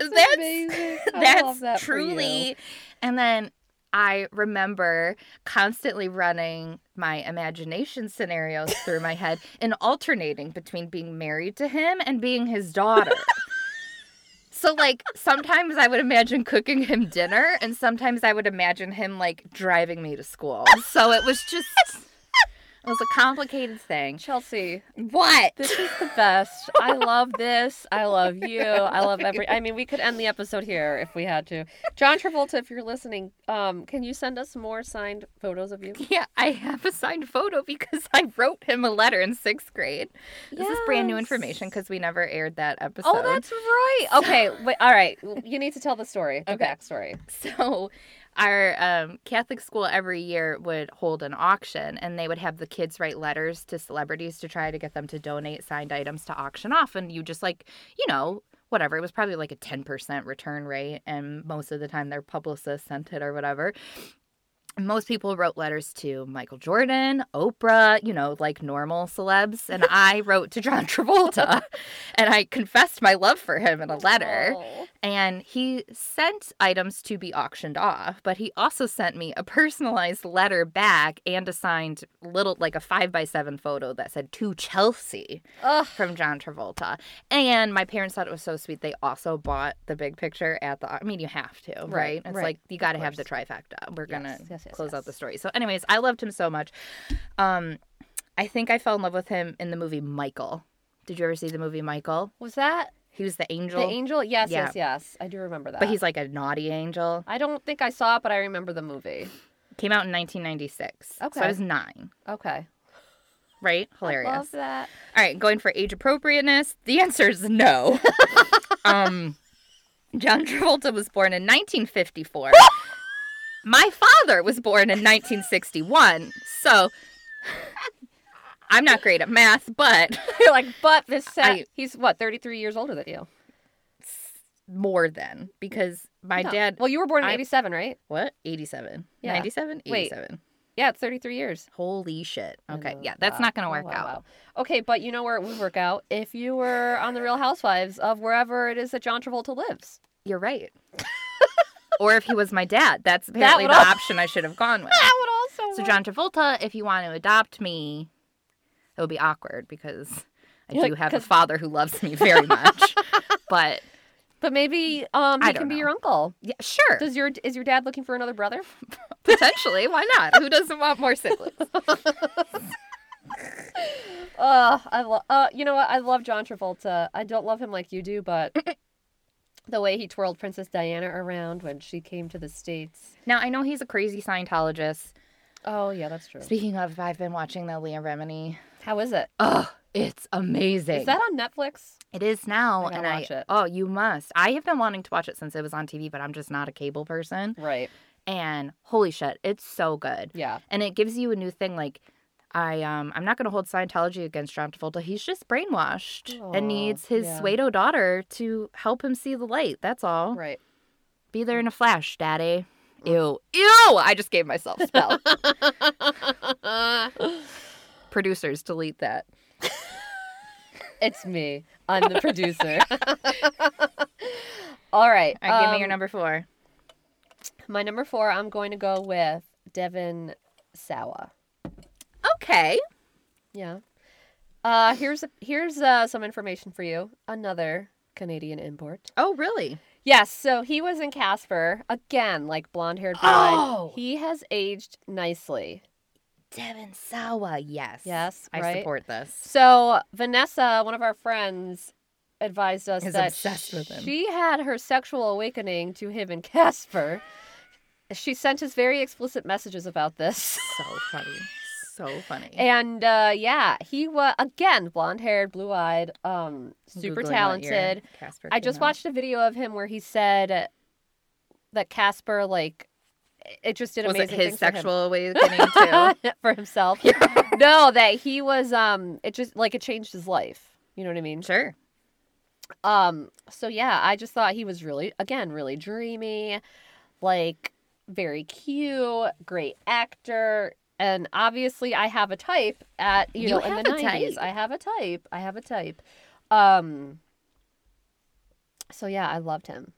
S3: That's, amazing. I
S2: that's
S3: love that for you.
S2: truly and then i remember constantly running my imagination scenarios through my head and alternating between being married to him and being his daughter So like sometimes I would imagine cooking him dinner and sometimes I would imagine him like driving me to school. So it was just it was a complicated thing.
S3: Chelsea,
S2: What?
S3: this is the best. I love this. I love you. I love every. I mean, we could end the episode here if we had to. John Travolta, if you're listening, um, can you send us more signed photos of you?
S2: Yeah, I have a signed photo because I wrote him a letter in sixth grade. This is brand new
S3: Yes.
S2: information because we never aired that episode.
S3: Oh, that's right. Okay, wait. All right, you need to tell the story, the
S2: Okay.
S3: backstory.
S2: So, our um, Catholic school every year would hold an auction, and they would have the kids write letters to celebrities to try to get them to donate signed items to auction off. And you just like, you know, whatever. It was probably like a 10% return rate, and most of the time their publicist sent it or whatever. Most people wrote letters to Michael Jordan, Oprah, you know, like normal celebs. And I wrote to John Travolta and I confessed my love for him in a letter.
S3: Oh.
S2: And he sent items to be auctioned off, but he also sent me a personalized letter back and a signed little, like a five by seven photo that said to Chelsea
S3: Ugh.
S2: from John Travolta. And my parents thought it was so sweet. They also bought the big picture at the, I mean, you have to, right?
S3: Right,
S2: It's
S3: right,
S2: like, you got to have the
S3: course.
S2: trifecta. We're going to
S3: Yes, yes, yes,
S2: close
S3: yes.
S2: out the story. So, anyways, I loved him so much. Um, I think I fell in love with him in the movie Michael. Did you ever see the movie Michael?
S3: Was that
S2: He was the angel.
S3: the angel? Yes,
S2: Yeah.
S3: yes, yes. I do remember that.
S2: But he's like a naughty angel.
S3: I don't think I saw it, but I remember the movie.
S2: Came out in 1996. So I
S3: Okay.
S2: was nine,
S3: Okay.
S2: right?
S3: I love
S2: Hilarious.
S3: that.
S2: All right, going for age appropriateness. The answer is no. um, John Travolta was born in 1954. My father was born in 1961. So I'm not great at math, but
S3: You're like, but this set,
S2: I-
S3: he's what, 33 years older than you?
S2: more than because my
S3: No.
S2: dad,
S3: Well, you were born in
S2: I-
S3: 87, right?
S2: what? 87.
S3: Yeah.
S2: 97?
S3: Wait.
S2: 87.
S3: Yeah, it's 33 years.
S2: Holy shit.
S3: I
S2: Okay.
S3: know.
S2: Yeah, that's
S3: Wow.
S2: not going to
S3: Wow,
S2: work
S3: wow,
S2: out.
S3: wow. Okay, but you know where it would work out? If you were on The Real Housewives of wherever it is that John Travolta lives.
S2: You're right. or if he was my dad, that's apparently
S3: would
S2: the
S3: also-
S2: option I should have gone with.
S3: That would also
S2: So John Travolta, if you want to adopt me, it would be awkward because I do have a
S3: 'Cause-
S2: father who loves me very much. but
S3: But maybe um,
S2: I
S3: he
S2: don't
S3: can be
S2: know.
S3: your uncle.
S2: yeah, sure.
S3: Does your is your dad looking for another brother?
S2: Potentially, why not? Who doesn't want more siblings?
S3: Uh, I love. Uh, you know what? I love John Travolta. I don't love him like you do, but the way he twirled Princess Diana around when she came to the states.
S2: now I know he's a crazy Scientologist.
S3: Oh yeah, that's true.
S2: Speaking of, I've been watching the Leah Remini.
S3: How is it?
S2: Ugh, it's amazing.
S3: Is that on Netflix?
S2: It is now,
S3: I gotta
S2: and I
S3: watch it.
S2: oh, you must. I have been wanting to watch it since it was on TV, but I'm just not a cable person.
S3: Right.
S2: And holy shit, it's so good,
S3: Yeah.
S2: and it gives you a new thing. Like I um I'm not going to hold Scientology against John Travolta. He's just brainwashed
S3: Aw,
S2: and needs his
S3: yeah.
S2: Suedo daughter to help him see the light. That's all.
S3: Right.
S2: Be there in a flash, Daddy. Ew. Ew! I just gave myself a spell. Producers, delete that.
S3: It's me. I'm the producer. All
S2: All right,
S3: right.
S2: give me
S3: um,
S2: your number four.
S3: My number four, I'm going to go with Devin Sawa.
S2: Okay.
S3: Yeah. Uh, here's here's uh, some information for you. Another Canadian import.
S2: Oh, really?
S3: Yes. So he was in Casper again, like blonde haired bride.
S2: Oh!
S3: He has aged nicely.
S2: Devin Sawa, yes.
S3: Yes,
S2: I
S3: right?
S2: support this.
S3: So Vanessa, one of our friends, advised us
S2: Is
S3: that
S2: obsessed with him.
S3: she had her sexual awakening to him in Casper. She sent us very explicit messages about this.
S2: So funny. So funny.
S3: And uh, yeah, he was again blonde haired, blue eyed, um,
S2: I'm
S3: super
S2: Googling what
S3: talented.
S2: year Casper
S3: I
S2: came
S3: just
S2: out.
S3: watched a video of him where he said that Casper like it just did
S2: Was it
S3: amazing
S2: his
S3: things for him.
S2: sexual awakening too?
S3: for himself. no, that he was um it just like it changed his life. You know what I mean?
S2: sure.
S3: Um so yeah, I just thought he was really again really dreamy, like very cute, great actor, and obviously I have a type at you,
S2: You
S3: know in
S2: have
S3: the
S2: a
S3: 90s.
S2: type.
S3: I have a type. I have a type. Um so yeah, I loved him.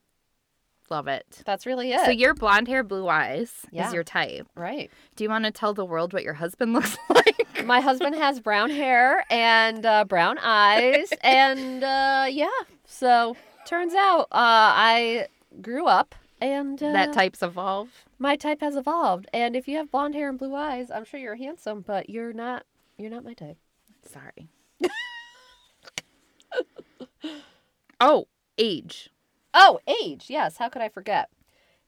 S2: Love it.
S3: That's really it.
S2: So your blonde hair, blue eyes
S3: Yeah.
S2: is your type.
S3: right.
S2: Do you want to tell the world what your husband looks like?
S3: My husband has brown hair and uh, brown eyes, and uh, yeah. So turns out uh, I grew up, and uh,
S2: that types evolve.
S3: my type has evolved. And if you have blonde hair and blue eyes, I'm sure you're handsome, but you're not. You're not my type.
S2: Sorry. oh, age.
S3: Oh, age. Yes. How could I forget?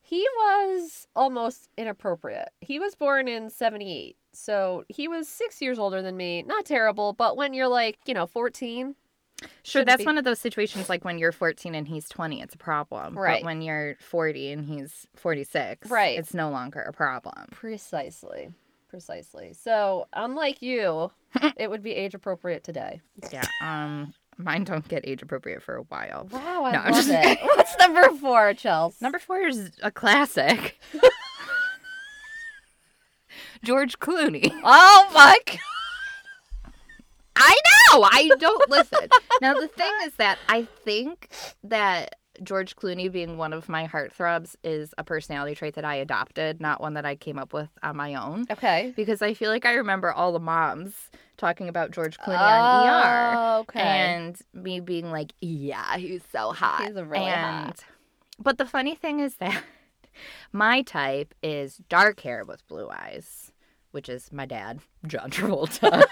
S3: He was almost inappropriate. He was born in 78. So he was six years older than me. Not terrible, but when you're like, you know, 14,
S2: Sure,
S3: Shouldn't
S2: that's
S3: be-
S2: one of those situations like when you're 14 and he's 20, it's a problem.
S3: Right.
S2: But when you're 40 and he's 46,
S3: Right.
S2: it's no longer a problem.
S3: Precisely. Precisely. So, unlike you, it would be age appropriate today.
S2: Yeah. Um, mine don't get age appropriate for a while.
S3: Wow, I
S2: No, I'm
S3: love
S2: just-
S3: it. What's number four, Chels?
S2: Number four is a classic. George Clooney.
S3: Oh my god.
S2: I know. I don't listen. Now the thing is that I think that George Clooney being one of my heartthrobs is a personality trait that I adopted, not one that I came up with on my own.
S3: Okay.
S2: Because I feel like I remember all the moms talking about George Clooney on ER.
S3: Oh, okay.
S2: And me being like, yeah, he's so hot.
S3: He's really
S2: and,
S3: hot.
S2: But the funny thing is that my type is dark hair with blue eyes, which is my dad, John Travolta,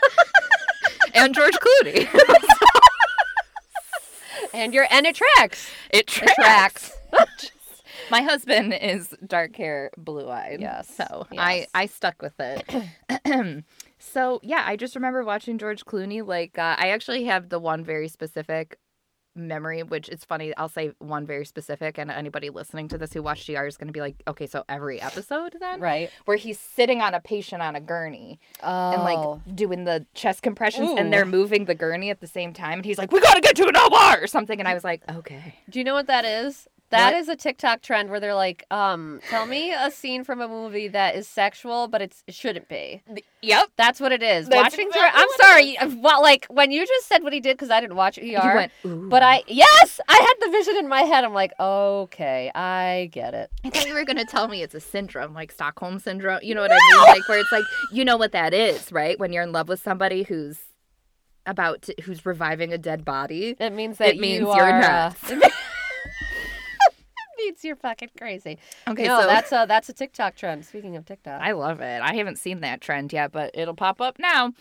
S2: and George Clooney.
S3: And you're and it tracks.
S2: It tracks.
S3: tracks.
S2: my husband is dark hair, blue eyed.
S3: Yes,
S2: So I,
S3: yes.
S2: I stuck with it. so yeah, I just remember watching George Clooney. Like uh, I actually have the one very specific memory, which it's funny. I'll say one very specific, and anybody listening to this who watched GR is going to be like, okay, so every episode then,
S3: Right.
S2: where he's sitting on a patient on a gurney
S3: Oh.
S2: and like doing the chest compressions,
S3: Ooh.
S2: and they're moving the gurney at the same time, and he's like, we got to get to an OR or something, and I was like, okay.
S3: Do you know what that is? That
S2: What?
S3: is a TikTok trend where they're like, um, tell me a scene from a movie that is sexual, but it's, it shouldn't be.
S2: Yep.
S3: That's what it is.
S2: That's exactly
S3: Watching through. I'm
S2: what it
S3: sorry. Well, like when you just said what he did, because I didn't watch ER.
S2: You went, "Ooh."
S3: But I yes, I had the vision in my head. I'm like, okay, I get it.
S2: I thought you were gonna tell me it's a syndrome, like Stockholm syndrome. You know what I mean? Like where it's like you know what that is, right? When you're in love with somebody who's about to, who's reviving a dead body.
S3: It means that
S2: It means
S3: you
S2: you're
S3: are,
S2: nuts.
S3: Uh, it means you're fucking crazy.
S2: Okay,
S3: no,
S2: so
S3: that's a that's a TikTok trend. Speaking of TikTok,
S2: I love it. I haven't seen that trend yet, but it'll pop up now.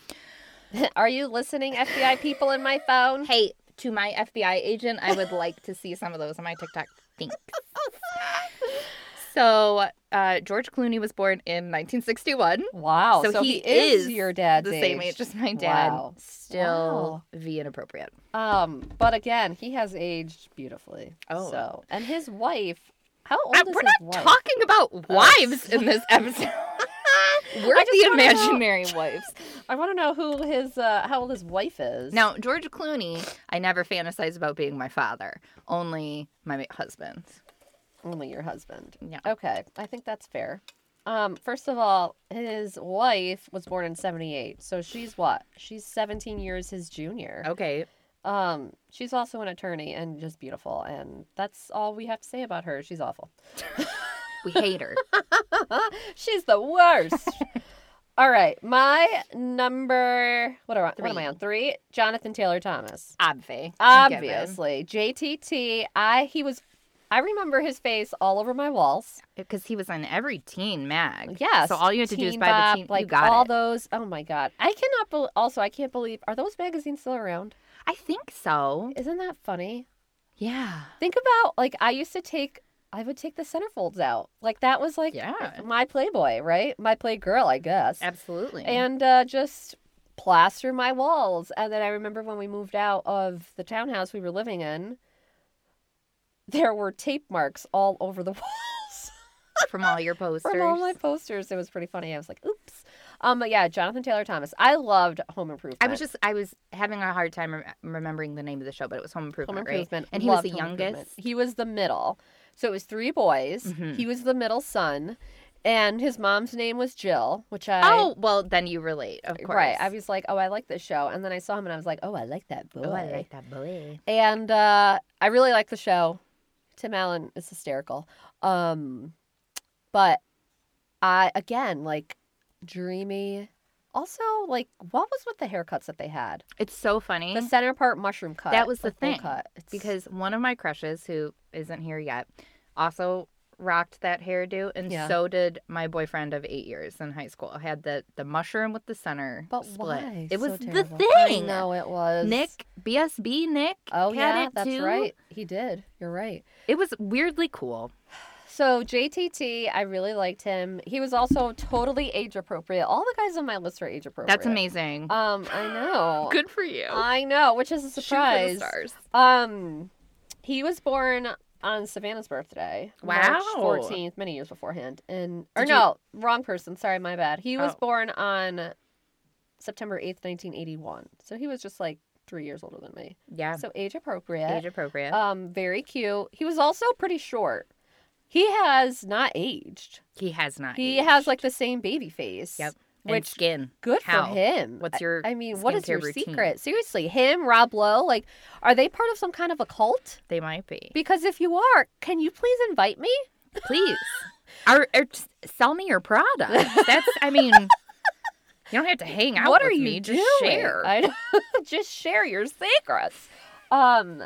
S3: are you listening, FBI people in my phone?
S2: Hey, to my FBI agent, I would like to see some of those on my TikTok. Thanks. so uh, George Clooney was born in 1961. Oh,
S3: Wow. So, he, is, your dad's
S2: the same age as my dad.
S3: Wow.
S2: Still, V inappropriate.
S3: Um, but again, he has aged beautifully.
S2: Oh.
S3: so and his wife. How old
S2: Uh,
S3: is
S2: we're
S3: his
S2: not
S3: wife?
S2: talking about wives in this episode. We're
S3: I just
S2: the
S3: wanna know.
S2: imaginary wives.
S3: I want to know who his uh, how old his wife is.
S2: Now, George Clooney, I never fantasize about being my father, only my husband.
S3: only your husband.
S2: Yeah.
S3: Okay, I think that's fair. Um, first of all, his wife was born in '78, so she's what? She's 17 years his junior.
S2: Okay.
S3: Um, she's also an attorney and just beautiful, and that's all we have to say about her. She's awful.
S2: We hate her.
S3: She's the worst. all right, my number. What are what am I
S2: Three.
S3: on? Three. Jonathan Taylor Thomas.
S2: Obvi.
S3: Obviously, JTT. I he was. I remember his face all over my walls.
S2: Because he was on every teen mag.
S3: Yes.
S2: So all you had to do is
S3: Teen
S2: buy
S3: Bop,
S2: the teen.
S3: Like
S2: you got
S3: all
S2: it.
S3: those. Oh my god! I cannot. bel also, I can't believe. Are those magazines still around?
S2: I think so.
S3: Isn't that funny?
S2: Yeah.
S3: Think about like I used to take. I would take the centerfolds out. Like that was like
S2: Yeah.
S3: my Playboy, right? My Playgirl, I guess.
S2: Absolutely.
S3: And uh, just plaster my walls. And then I remember when we moved out of the townhouse we were living in, there were tape marks all over the walls.
S2: from all your posters.
S3: From all my posters, it was pretty funny. I was like, "Oops." Um, but yeah, Jonathan Taylor Thomas. I loved Home Improvement.
S2: I was just I was having a hard time rem- remembering the name of the show, but it was Home
S3: Home
S2: Improvement,
S3: Improvement.
S2: right? And he was
S3: loved
S2: the
S3: Home Improvement.
S2: youngest.
S3: He was the middle, so it was three boys.
S2: Mhm.
S3: He was the middle son, and his mom's name was Jill, which I
S2: Oh well, then you relate, of course.
S3: right. I was like, "Oh, I like this show," and then I saw him, and I was like, "Oh, I like that boy."
S2: oh, I like that boy.
S3: And uh, I really like the show. Tim Allen is hysterical. Um, but I again like dreamy. Also, like what was with the haircuts that they had?
S2: It's so funny
S3: The center part mushroom cut.
S2: Mm. That was the
S3: full
S2: thing,
S3: Cut. It's-
S2: because one of my crushes, who isn't here yet, also rocked that hairdo, and
S3: Yeah.
S2: so did my boyfriend of eight years in high school. had the the mushroom with the center
S3: but
S2: split.
S3: why?
S2: It
S3: So
S2: was the
S3: terrible.
S2: thing.
S3: I know it was
S2: Nick BSB Nick.
S3: Oh
S2: had
S3: yeah,
S2: it
S3: that's
S2: too.
S3: right. He did. You're right.
S2: It was weirdly cool.
S3: So JTT, I really liked him. He was also totally age appropriate. All the guys on my list are age appropriate.
S2: That's amazing.
S3: Um, I know.
S2: Good for you.
S3: I know, which is a
S2: Oh. Shoot for the
S3: surprise.
S2: stars.
S3: Um, he was born on Savannah's birthday, March
S2: Wow.
S3: fourteenth, many years beforehand. And or
S2: Did you-
S3: no, wrong person. Sorry, my bad. He was
S2: Oh.
S3: born on September eighth, nineteen eighty one. So he was just like three years older than me.
S2: Yeah.
S3: So age appropriate.
S2: Age appropriate.
S3: Um, very cute. He was also pretty short. He has not aged.
S2: he has not.
S3: He
S2: aged.
S3: has like the same baby face.
S2: Yep. And
S3: Which
S2: skin.
S3: good
S2: How?
S3: for him.
S2: What's
S3: I-
S2: your
S3: I, mean, what is your
S2: skincare routine?
S3: secret? Seriously, him, Rob Lowe, like, are they part of some kind of a cult?
S2: They might be.
S3: Because if you are, can you please invite me?
S2: Please. Or, or just sell me your product. That's, I mean, you don't have to hang out
S3: what
S2: with
S3: are you
S2: me.
S3: doing?
S2: Just share.
S3: I know. just share your secrets. Um,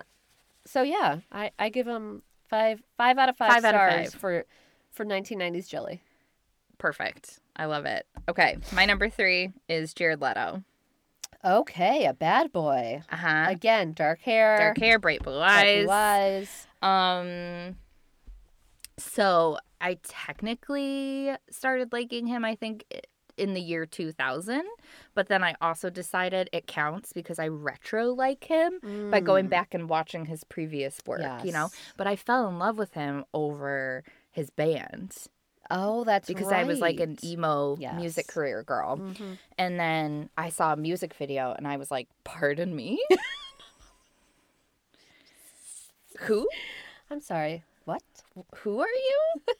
S3: so yeah, I I give him five five out of five,
S2: Five out
S3: stars
S2: of five.
S3: for for 1990s jelly.
S2: Perfect. I love it. Okay. My number three is Jared Leto.
S3: Okay, a bad boy.
S2: Uh huh.
S3: Again, dark hair,
S2: Dark hair, bright blue eyes.
S3: bright blue eyes.
S2: Um, so I technically started liking him, I think, i- in the year 2000, but then I also decided it counts because I retro like him by going
S3: Mm.
S2: back and watching his previous work, you know?
S3: Yes.
S2: But I fell in love with him over his band
S3: Oh, that's
S2: because I was like an e
S3: right.
S2: emo music
S3: Yes.
S2: career girl.
S3: Mhm.
S2: And then I saw a music video and I was like, pardon me? Who?
S3: I'm sorry. What?
S2: who are you?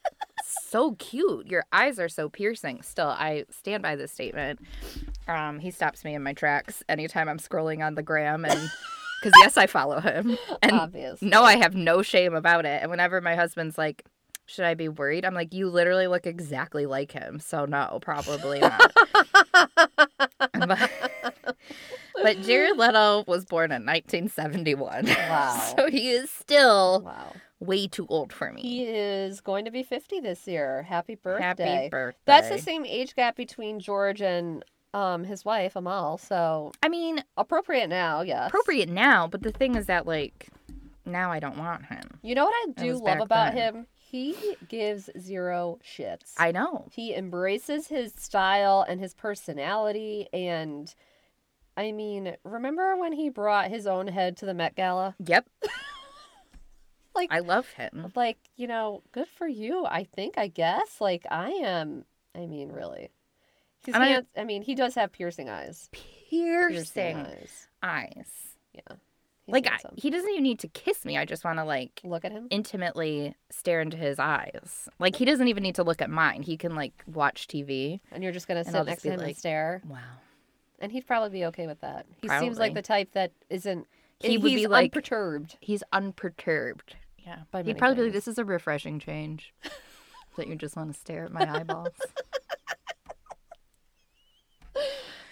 S2: so cute. Your eyes are so piercing. Still, I stand by this statement. Um, he stops me in my tracks anytime I'm scrolling on the gram and because yes, I follow him. And
S3: Obvious.
S2: no, I have no shame about it. And whenever my husband's like, should I be worried? I'm like, you literally look exactly like him. So no, probably not. but, but Jared Leto was born in 1971.
S3: Wow.
S2: so he is still
S3: Wow.
S2: way too old for me.
S3: He is going to be 50 this year. Happy birthday.
S2: Happy birthday.
S3: That's the same age gap between George and um his wife, Amal. So
S2: I mean,
S3: appropriate now, yes.
S2: appropriate now, but the thing is that, like, now I don't want him.
S3: You know what I
S2: That
S3: do
S2: was
S3: love
S2: back
S3: about
S2: then.
S3: him? He gives zero shits.
S2: I know.
S3: He embraces his style and his personality and I mean, remember when he brought his own head to the Met Gala?
S2: Yep.
S3: Like
S2: I love him.
S3: like you know good for you i think i guess like i am i mean really His
S2: And I-
S3: hands- I, mean, he does have piercing eyes.
S2: piercing
S3: eyes.
S2: eyes.
S3: Yeah. He's
S2: Like I,
S3: handsome.
S2: he doesn't even need to kiss me. I just want to like
S3: look at him.
S2: intimately stare into his eyes. Like he doesn't even need to look at mine. He can like watch TV.
S3: And you're just gonna
S2: I'll
S3: sit
S2: just
S3: next
S2: be
S3: to him
S2: like-
S3: and stare.
S2: Wow.
S3: And he'd probably be okay with that. He seems
S2: Probably.
S3: like the type that isn't.
S2: He
S3: and
S2: would
S3: he's
S2: be like-
S3: unperturbed.
S2: He's unperturbed. Yeah.
S3: By
S2: He'd
S3: many
S2: probably be like,
S3: things.
S2: this is a refreshing change. that you just want to stare at my eyeballs.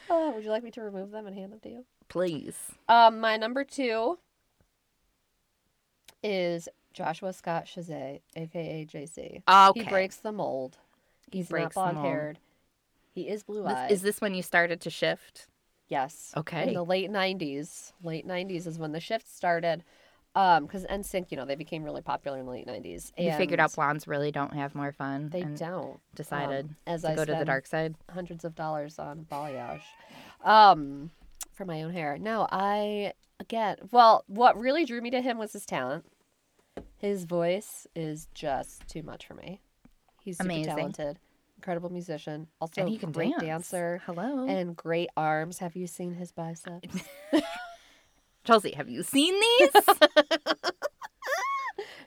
S3: Oh, would you like me to remove them and hand them to you?
S2: Please.
S3: Um, my number two is Joshua Scott Shazay, aka JC.
S2: Okay.
S3: He breaks the mold. He's
S2: breaks the mold.
S3: not blonde haired. He is blue
S2: This-
S3: eyed.
S2: Is this when you started to shift?
S3: Yes.
S2: Okay.
S3: In the late '90s, late '90s is when the shift started, because NSYNC, you know, they became really popular in the late '90s.
S2: You figured out
S3: and
S2: blondes really don't have more fun.
S3: They
S2: and
S3: don't.
S2: decided
S3: um, as
S2: to
S3: I
S2: go to the
S3: spend-
S2: dark side.
S3: hundreds of dollars on balayage um for my own hair no i again well what really drew me to him was his talent his voice is just too much for me he's super
S2: Amazing.
S3: talented incredible musician also
S2: and he can
S3: oh, great
S2: dance.
S3: dancer
S2: Hello.
S3: and great arms have you seen his biceps
S2: Chelsea, have you seen these?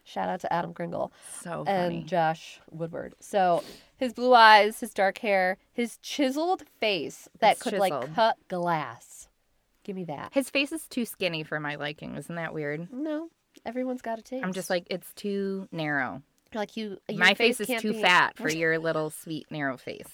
S3: shout out to adam kringle
S2: so funny.
S3: and Josh Woodward. So his blue eyes, his dark hair, his chiseled face that
S2: It's
S3: could
S2: chiseled.
S3: like cut glass. Give me that.
S2: His face is too skinny for my liking. Isn't that weird?
S3: No, everyone's got a taste.
S2: I'm just like, it's too narrow.
S3: like you. your
S2: my face, is
S3: can't
S2: too
S3: be-
S2: fat for your little sweet narrow face.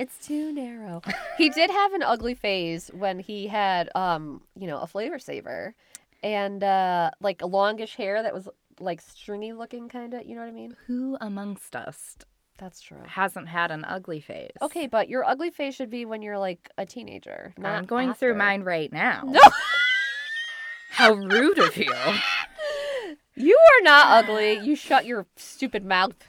S3: It's too narrow. he did have an ugly phase when he had, um, you know, a flavor saver, and uh, like longish hair that was like stringy looking, kind of. You know what I mean?
S2: Who amongst us
S3: That's true.
S2: hasn't had an ugly face?
S3: Okay, but your ugly phase should be when you're like a teenager. Not
S2: I'm going through
S3: after.
S2: mine right now. No. How rude of you.
S3: You are not ugly. You shut your stupid mouth.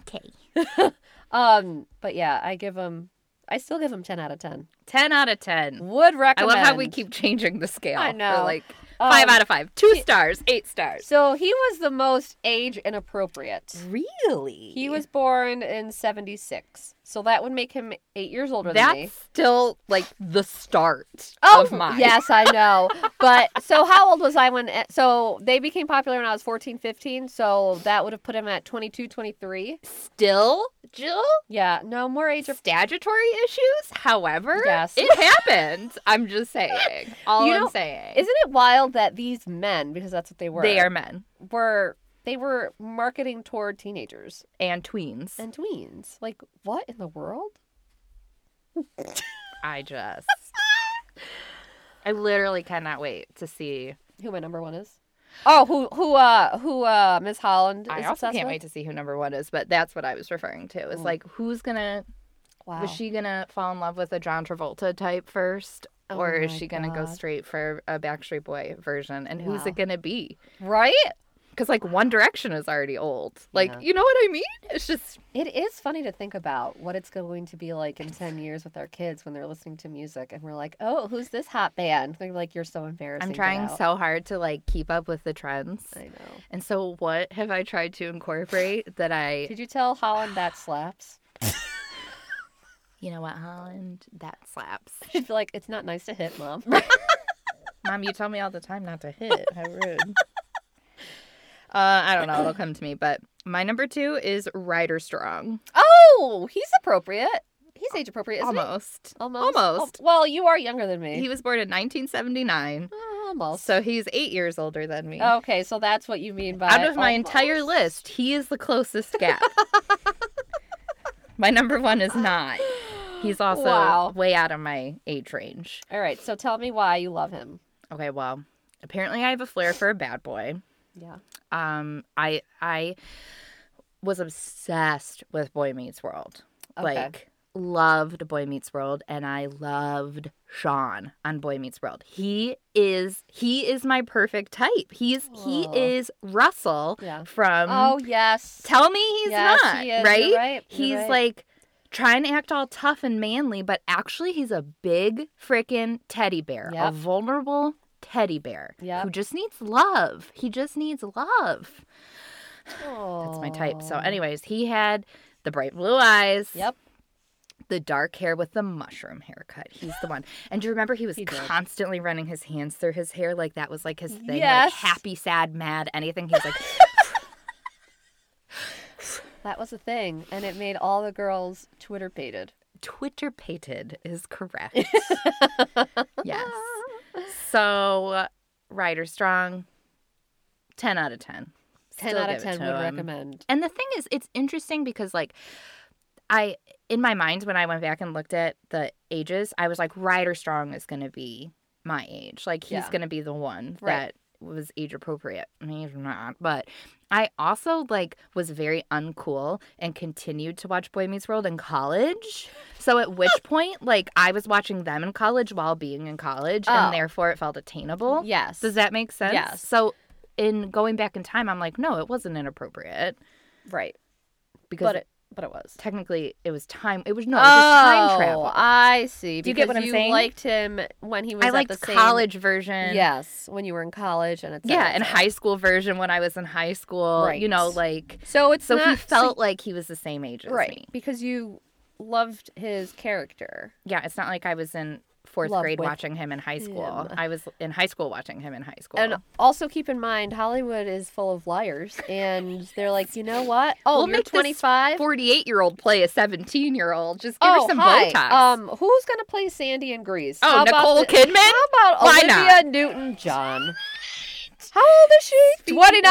S2: Okay.
S3: Um, but yeah, I give him. I still give him ten out of ten.
S2: 10 out of 10.
S3: Would
S2: I
S3: recommend.
S2: love how we keep changing the scale.
S3: I
S2: for,
S3: know.
S2: like five
S3: Um,
S2: out of five, two stars, eight stars.
S3: So he was the most age inappropriate.
S2: Really?
S3: He was born in seventy six, so that would make him eight years older
S2: That's
S3: than me. Oh,
S2: still like the start of mine.
S3: yes, I know. But so how old was I when eh, so they became popular when I was 14, 15, so that would have put him at 22, 23.
S2: Still, Jill?
S3: Yeah, no more age of
S2: Statutory issues, however,
S3: Yes.
S2: it happened. I'm just saying. All
S3: You
S2: I'm
S3: know,
S2: saying.
S3: Isn't it wild that these men, because that's what they were,
S2: they are men
S3: were they were marketing toward teenagers
S2: and tweens.
S3: and tweens. Like, what in the world?
S2: I just. I literally cannot wait to see.
S3: Who my number one is? Oh, who who uh who uh Miss Holland
S2: I
S3: is
S2: also
S3: obsessed
S2: can't
S3: with?
S2: wait to see who number one is, but that's what I was referring to. It's
S3: Mm.
S2: like, who's gonna
S3: Wow.
S2: Was she gonna fall in love with a John Travolta type first,
S3: Oh
S2: or is
S3: my
S2: she gonna go
S3: God.
S2: straight for a Backstreet Boy version? And who's
S3: Wow.
S2: it gonna be?
S3: right?
S2: Because like One Direction is already old. Like
S3: Yeah.
S2: you know what I mean? It's just
S3: It is funny to think about what it's going to be like in 10 years with our kids when they're listening to music and we're like, oh, who's this hot band? They're like, you're so embarrassing.
S2: I'm
S3: get
S2: trying
S3: out."
S2: so hard to like keep up with the trends.
S3: I know.
S2: And so what have I tried to incorporate that I
S3: Did you tell Holland that slaps?
S2: you know what Holland that slaps.
S3: She'd be like, it's not nice to hit, mom.
S2: Mom, you tell me all the time not to hit. How rude. Uh, I don't know. It'll come to me. But my number two is Rider Strong.
S3: oh, he's appropriate. He's age appropriate, isn't
S2: Almost.
S3: he? Almost.
S2: Almost.
S3: Oh, well, you are younger than me.
S2: He was born in 1979,
S3: Oh, almost.
S2: so he's eight years older than me.
S3: Okay, so that's what you mean by
S2: Out of my entire
S3: almost.
S2: list, he is the closest gap. my number one is not. He's also
S3: Wow.
S2: way out of my age range.
S3: All right, so tell me why you love him.
S2: Okay, well, apparently I have a flair for a bad boy.
S3: Yeah.
S2: Um, I I was obsessed with Boy Meets World.
S3: Okay.
S2: Like loved Boy Meets World and I loved Sean on Boy Meets World. He is he is my perfect type. He's he
S3: Aw.
S2: is Russell
S3: Yeah.
S2: from
S3: oh yes.
S2: Tell me he's
S3: Yes,
S2: not,
S3: he is. You're
S2: right?
S3: right. You're
S2: He's
S3: right.
S2: like trying to act all tough and manly, but actually he's a big freaking teddy bear, a
S3: Yep.
S2: vulnerable teddy bear
S3: Yep.
S2: who just needs love. He just needs love.
S3: That's
S2: That's my type. So, anyways, he had the bright blue eyes.
S3: Yep.
S2: the dark hair with the mushroom haircut. He's the one. And do you remember he was
S3: did.
S2: constantly running his hands through his hair like that was like his thing,
S3: Yes.
S2: like happy, sad, mad, anything. He's like,
S3: That was a thing, and it made all the girls Twitter pated.
S2: Twitter pated is correct. yes. So, Rider Strong, 10 out of 10.
S3: Ten
S2: Still
S3: out of
S2: give it
S3: ten
S2: to
S3: would
S2: him.
S3: recommend.
S2: And the thing is, it's interesting because, like, I, in my mind, when I went back and looked at the ages, I was like, Ryder Strong is going to be my age. Like, he's
S3: Yeah.
S2: going to be the one
S3: Right.
S2: that was age appropriate. I mean, he's not. But I also, like, was very uncool and continued to watch Boy Meets World in college. So at which point, like, I was watching them in college while being in college,
S3: Oh.
S2: and therefore it felt attainable.
S3: Yes.
S2: Does that make sense?
S3: Yes.
S2: So, in going back in time, I'm like, no, it wasn't inappropriate
S3: right?
S2: because
S3: But it, but it was.
S2: technically it was time. It was no, it was time travel.
S3: Oh, I see.
S2: Do you get
S3: because
S2: what I'm
S3: you
S2: saying?
S3: liked him when he was
S2: I
S3: at
S2: liked
S3: the same-
S2: college version.
S3: Yes, when you were in college and it's
S2: Yeah, and high school version when I was in high school.
S3: Right.
S2: You know, like
S3: So it's
S2: so
S3: not
S2: he felt like he was the same age as
S3: right
S2: me.
S3: because you loved his character.
S2: Yeah, it's not like I was in fourth
S3: Love
S2: grade
S3: with
S2: watching him oh, in high school.
S3: him.
S2: I was in high school watching him in high school.
S3: And also keep in mind, Hollywood is full of liars, and they're like, you know what? Oh,
S2: We'll
S3: you're
S2: make this
S3: 25.
S2: forty-eight year old play a seventeen year old. Just give
S3: oh,
S2: her some
S3: hi.
S2: Botox.
S3: Um, who's gonna play Sandy in Grease?
S2: oh,
S3: How about
S2: Nicole
S3: thi-
S2: Kidman.
S3: How about
S2: Why
S3: Olivia
S2: not?
S3: Newton-John? How old is she? 29.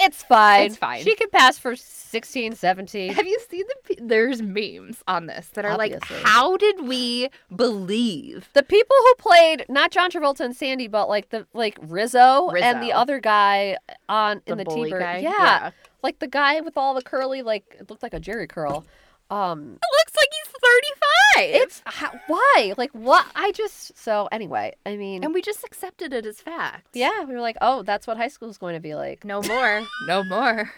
S3: It's fine.
S2: It's fine.
S3: She can pass for 16, 17.
S2: Have you seen the? pe- There's memes on this that are
S3: Obviously.
S2: like, how did we believe
S3: The people who played not John Travolta and Sandy, but like the like Rizzo, and the
S2: Rizzo.
S3: other guy on in
S2: The
S3: the
S2: bully
S3: T-bird.
S2: guy?
S3: Yeah.
S2: Yeah.
S3: like the guy with all the curly, like it looked like a Jerry curl. Um,
S2: looks like he's 35.
S3: it's how, why like what I just so anyway. I mean,
S2: and we just accepted it as fact.
S3: yeah, we were like, oh, that's what high school is going to be like.
S2: No more. no more.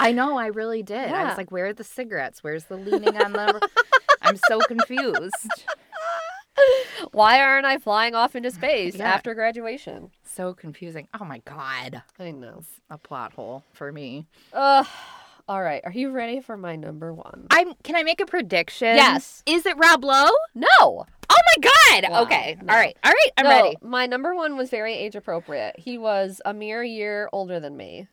S2: I know, I really did. I
S3: Yeah.
S2: was like, where are the cigarettes? Where's the leaning on the. I'm so confused.
S3: Why aren't I flying off into space
S2: Yeah.
S3: after graduation?
S2: So confusing. Oh my God.
S3: I know.
S2: A plot hole for me.
S3: Ugh. All right, are you ready for my number one?
S2: I'm. Can I make a prediction?
S3: Yes.
S2: Is it Rob Lowe?
S3: No.
S2: Oh my God.
S3: Wow,
S2: okay.
S3: no.
S2: All right. All right. I'm
S3: No,
S2: ready.
S3: My number one was very age appropriate. He was a mere year older than me.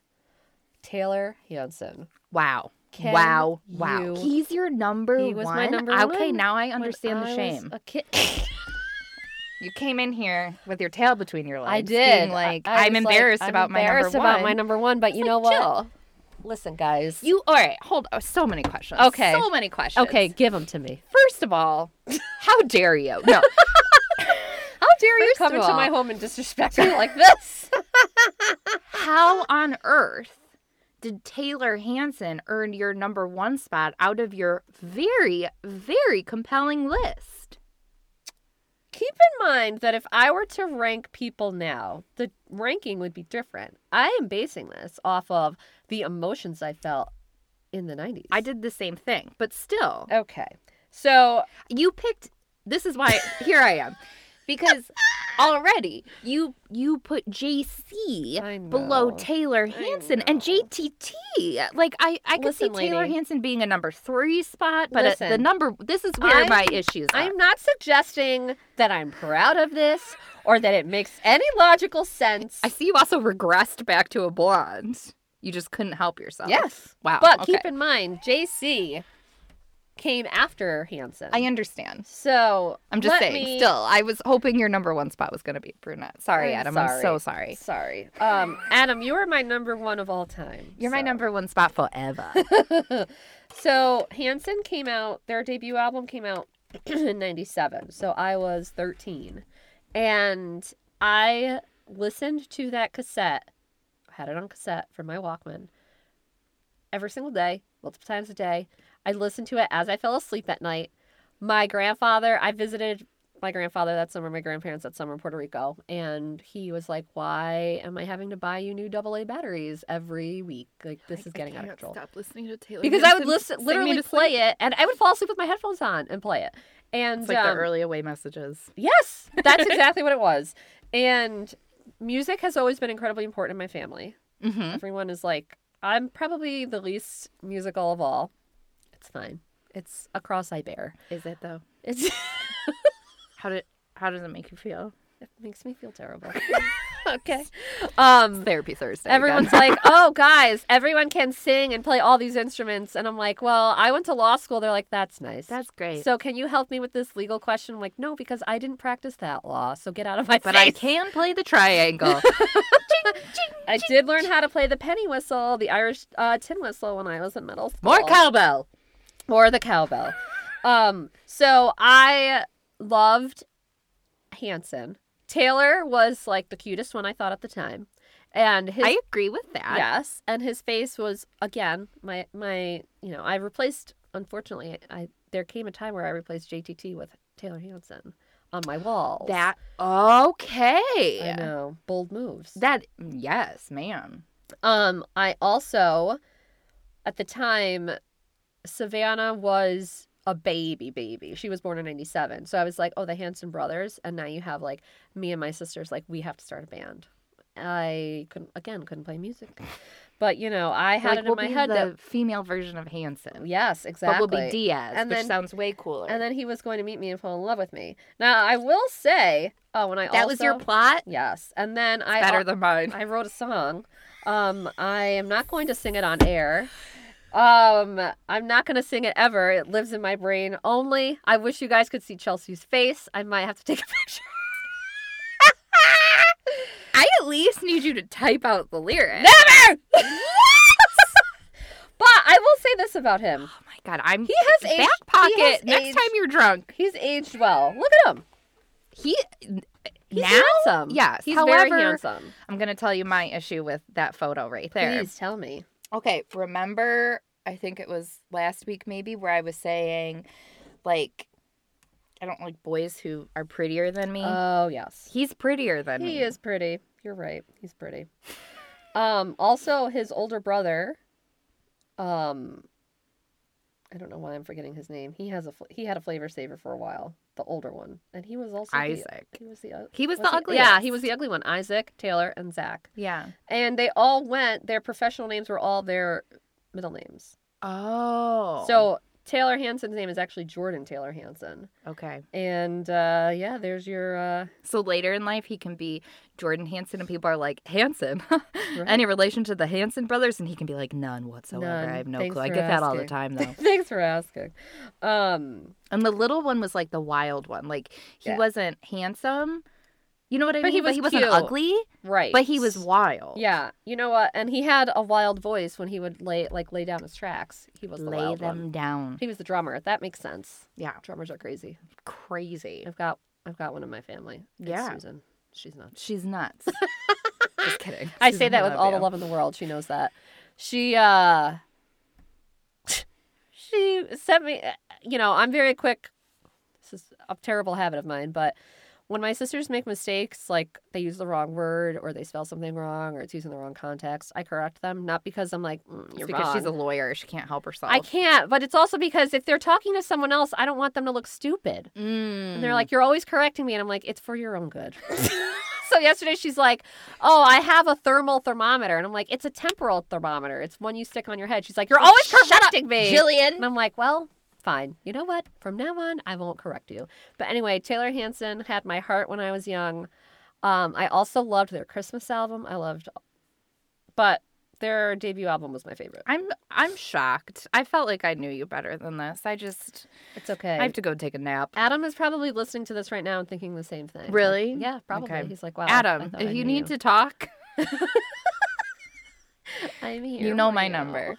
S3: Taylor Hansen.
S2: Wow.
S3: Can
S2: wow. Wow.
S3: you-
S2: He's your number
S3: He was
S2: one.
S3: my number
S2: Okay.
S3: one
S2: Now I
S3: When
S2: understand
S3: I
S2: the
S3: was
S2: shame.
S3: a kid-
S2: You came in here with your tail between your legs.
S3: I did.
S2: Being like,
S3: I- I
S2: I'm
S3: was like,
S2: embarrassed
S3: I'm
S2: about
S3: embarrassed
S2: my number
S3: about
S2: one.
S3: my number one, but you know what?
S2: like,
S3: Listen, guys.
S2: you all right? Hold. Oh, so many questions.
S3: Okay.
S2: So many questions.
S3: okay? Give them to me.
S2: First of all, how dare you? No.
S3: How dare you
S2: First
S3: come
S2: of
S3: into
S2: all-
S3: my home and disrespect me like this?
S2: how on earth did Taylor Hanson earn your number one spot out of your very, very compelling list?
S3: Keep in mind that if I were to rank people now, the ranking would be different. I am basing this off of the emotions I felt in the '90s.
S2: I did the same thing, but still,
S3: Okay. So
S2: you picked this is why here i am because already you you put
S3: I
S2: jc below
S3: know.
S2: taylor hansen and jtt like i i could
S3: Listen,
S2: see taylor
S3: lady.
S2: hansen being a number three spot but at the
S3: Listen.
S2: number this is where my
S3: I'm-
S2: issues are
S3: I'm not suggesting that I'm proud of this or that it makes any logical sense.
S2: i see you also regressed back to a blonde you just couldn't help yourself
S3: Yes.
S2: wow
S3: But
S2: okay.
S3: keep in mind, JC came after Hanson.
S2: i understand
S3: so
S2: i'm just
S3: let
S2: saying
S3: me-
S2: still i was hoping your number one spot was going to be brunette sorry
S3: I'm
S2: adam i'm so sorry
S3: Sorry, um, Adam, you are my number one of all time.
S2: you're my
S3: so-
S2: number one spot forever
S3: So Hanson came out. Their debut album came out in '97. So I was 13, and I listened to that cassette. Had it on cassette from my Walkman every single day, multiple times a day. I listened to it as I fell asleep at night. My grandfather, I visited my grandfather that summer, my grandparents that summer in Puerto Rico, and he was like, "Why am I having to buy you new AA batteries every week? Like this is getting out of control."
S2: Stop listening to Taylor
S3: because I would listen, literally play it, and I would fall asleep with my headphones on and play it. And
S2: It's like
S3: um,
S2: the early away messages.
S3: yes, that's exactly what it was. And music has always been incredibly important in my family.
S2: Mm-hmm.
S3: Everyone is like, I'm probably the least musical of all. It's fine. It's a cross I bear.
S2: Is it though?
S3: It's, it
S2: How did how does it make you feel?
S3: makes me feel terrible. okay. Um,
S2: Therapy Thursday.
S3: Everyone's like, oh, guys, everyone can sing and play all these instruments. And I'm like, well, I went to law school. They're like, that's nice.
S2: that's great.
S3: So can you help me with this legal question? I'm like, no, because I didn't practice that law. So get out of my
S2: but I
S3: face.
S2: can play the triangle.
S3: I, did learn how to play the penny whistle, the Irish uh, tin whistle when I was in middle school.
S2: More cowbell.
S3: More the cowbell. um, so I loved Hanson. Taylor was like the cutest one I thought at the time. And his
S2: I agree with that.
S3: Yes, and his face was again my my you know I replaced unfortunately I there came a time where I replaced JTT with Taylor Hanson on my wall.
S2: That okay.
S3: I know bold moves.
S2: That yes, ma'am.
S3: um, I also at the time Savannah was a baby baby. She was born in 97. So I was like, "Oh, the Hanson brothers." And now you have like me and my sisters like we have to start a band. I couldn't again couldn't play music. But you know, I had
S2: like
S3: it in
S2: we'll
S3: my
S2: be
S3: head
S2: the
S3: that
S2: female version of Hanson.
S3: Yes, exactly.
S2: But we'll be Diaz,
S3: And
S2: which
S3: then-
S2: sounds way cooler.
S3: and then he was going to meet me and fall in love with me. Now I will say, oh, when I
S2: that was your
S3: also-
S2: plot?
S3: Yes, and then I
S2: Better than mine.
S3: I wrote a song. Um, I am not going to sing it on air. Um, I'm not going to sing it ever. It lives in my brain only. I wish you guys could see Chelsea's face. I might have to take a picture.
S2: I at least need you to type out the lyrics.
S3: Never. but I will say this about him.
S2: Oh my god, I'm he
S3: has
S2: back
S3: aged- he
S2: pocket.
S3: has
S2: Next
S3: aged-
S2: time you're drunk,
S3: He's aged well. Look at him.
S2: he
S3: He's
S2: now
S3: handsome.
S2: Yes,
S3: he's
S2: however,
S3: very handsome.
S2: I'm gonna tell you my issue with that photo right there.
S3: Please tell me.
S2: Okay, remember I think it was last week maybe where I was saying like I don't like boys who are prettier than me.
S3: Oh yes,
S2: Uh, He's prettier than me.
S3: he is pretty. You're right. He's pretty. Um. Also, his older brother. Um. I don't know why I'm forgetting his name. He has a fl- he had a flavor saver for a while. The older one, and he was also the-
S2: Isaac.
S3: he was the
S2: He was,
S3: was
S2: the
S3: he-
S2: ugliest.
S3: Yeah, he was the ugly one. Isaac, Taylor, and Zach,
S2: Yeah.
S3: and they all went. Their professional names were all their middle names.
S2: Oh.
S3: So Taylor Hanson's name is actually Jordan Taylor Hanson.
S2: okay.
S3: And uh, yeah, there's your. Uh,
S2: So later in life, he can be Jordan Hanson, and people are like Hanson. Any relation to the Hanson brothers? And he can be like none whatsoever.
S3: None.
S2: I have no
S3: Thanks
S2: clue. I
S3: for
S2: get that all the
S3: asking.
S2: time though.
S3: Thanks for asking. Um,
S2: and the little one was like the wild one. Like he
S3: Yeah.
S2: wasn't handsome. You know what I
S3: But
S2: mean?
S3: he
S2: but
S3: was
S2: he wasn't
S3: cute.
S2: ugly.
S3: right.
S2: But he was wild.
S3: Yeah, you know what? And he had a wild voice when he would lay like lay down his tracks. He was the
S2: Lay
S3: wild
S2: them
S3: one.
S2: down.
S3: He was the drummer. That makes sense.
S2: Yeah.
S3: Drummers are crazy.
S2: Crazy.
S3: I've got I've got one in my family. It's
S2: Yeah.
S3: Susan. She's not.
S2: She's nuts. Just kidding.
S3: I say
S2: Susan,
S3: that with all the
S2: you.
S3: love in the world. She knows that. She uh she sent me uh, you know, I'm very quick. This is a terrible habit of mine, but when my sisters make mistakes, like they use the wrong word or they spell something wrong or it's using the wrong context, I correct them. Not because I'm like, mm,
S2: It's
S3: you're
S2: because
S3: wrong.
S2: she's a lawyer. She can't help herself.
S3: I can't, but it's also because if they're talking to someone else, I don't want them to look stupid.
S2: Mm.
S3: And they're like, You're always correcting me. And I'm like, It's for your own good. so yesterday she's like, Oh, I have a thermal thermometer. And I'm like, It's a temporal thermometer. It's one you stick on your head. She's like, You're always correcting me.
S2: Jillian.
S3: And I'm like, Well, fine. You know what? From now on, I won't correct you. But anyway, Taylor Hanson had my heart when I was young. Um, I also loved their Christmas album. I loved, but their debut album was my favorite.
S2: I'm I'm shocked. I felt like I knew you better than this. I just
S3: It's okay.
S2: I have to go take a nap.
S3: Adam is probably listening to this right now and thinking the same thing.
S2: Really?
S3: Yeah, probably.
S2: Okay.
S3: He's like, wow. Oh, I
S2: Adam,
S3: thought I
S2: if you
S3: knew
S2: need to talk,
S3: I'm here.
S2: you know
S3: for
S2: my
S3: you.
S2: number.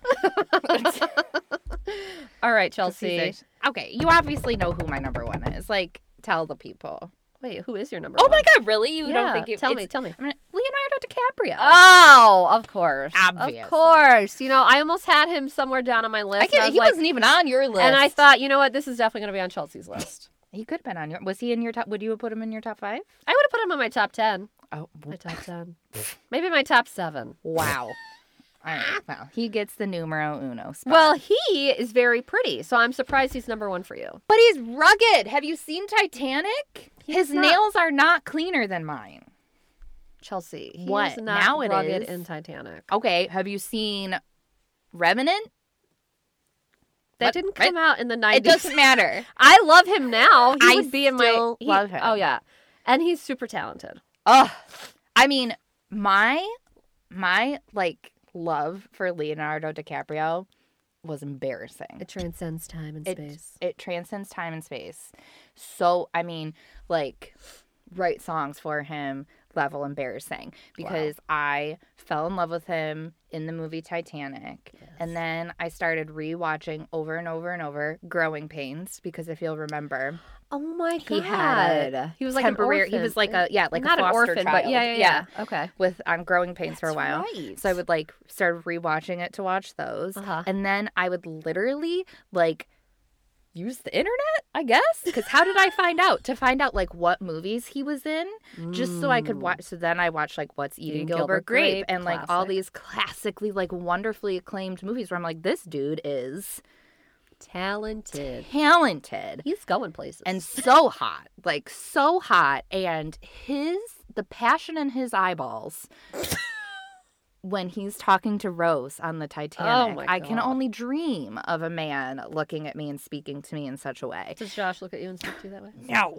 S3: All right, Chelsea.
S2: Okay, you obviously know who my number one is. Like, tell the people.
S3: Wait, who is your number?
S2: Oh
S3: Oh
S2: my god, really? You don't
S3: Yeah,
S2: think you
S3: tell
S2: it's-
S3: me, tell me.
S2: I mean, Leonardo DiCaprio.
S3: Oh, of course.
S2: Obviously.
S3: Of course. You know, I almost had him somewhere down on my list.
S2: I
S3: and I
S2: can't,
S3: was
S2: he
S3: like-
S2: wasn't even on your list.
S3: And I thought, you know what? This is definitely going to be on Chelsea's list.
S2: he could have been on your. Was he in your top? Would you have put him in your top five?
S3: I would have put him in my top 10.
S2: Oh,
S3: My top 10. Maybe my top 7.
S2: wow. All right, well, he gets the numero uno spot.
S3: Well, he is very pretty, so I'm surprised he's number 1 for you.
S2: but he's rugged. Have you seen Titanic? His
S3: not-
S2: nails are not cleaner than mine.
S3: Chelsea. He's
S2: What?
S3: not
S2: Now it
S3: rugged
S2: is.
S3: in Titanic.
S2: Okay, have you seen Revenant?
S3: That
S2: What?
S3: didn't
S2: Right?
S3: come out in the 90s.
S2: It doesn't matter.
S3: I love him now. He
S2: I
S3: would be in my
S2: still
S3: he-
S2: love him.
S3: Oh yeah. And he's super talented.
S2: Oh, I mean, my my like love for Leonardo DiCaprio was embarrassing.
S3: It transcends time and space.
S2: It transcends time and space. So, I mean, like, write songs for him level embarrassing because I fell in love with him in the movie Titanic. And then I started rewatching over and over and over Growing Pains because if you'll remember,
S3: Oh my god.
S2: he had
S3: he was like
S2: temporary,
S3: An orphan.
S2: he was like a, yeah, like
S3: not
S2: a
S3: an
S2: foster
S3: orphan,
S2: child.
S3: but yeah, yeah, yeah. Okay.
S2: With on growing pains for a
S3: That's
S2: while,
S3: right.
S2: so I would like start rewatching it to watch those,
S3: Uh-huh.
S2: and then I would literally like use the internet, I guess. Because how did I find out? To find out like what movies he was in, just so I
S3: Mm.
S2: could watch. So then I watched like What's Eating
S3: Eating
S2: Gilbert,
S3: Gilbert
S2: Grape,
S3: Grape,
S2: and like all
S3: classic.
S2: these classically like wonderfully acclaimed movies where I'm like, this dude is
S3: Talented.
S2: talented
S3: He's going places.
S2: and so hot, like so hot, and his the passion in his eyeballs. When he's talking to Rose on the Titanic,
S3: my
S2: I can
S3: God.
S2: only dream of a man looking at me and speaking to me in such a way.
S3: does Josh look at you and speak to you that way?
S2: No.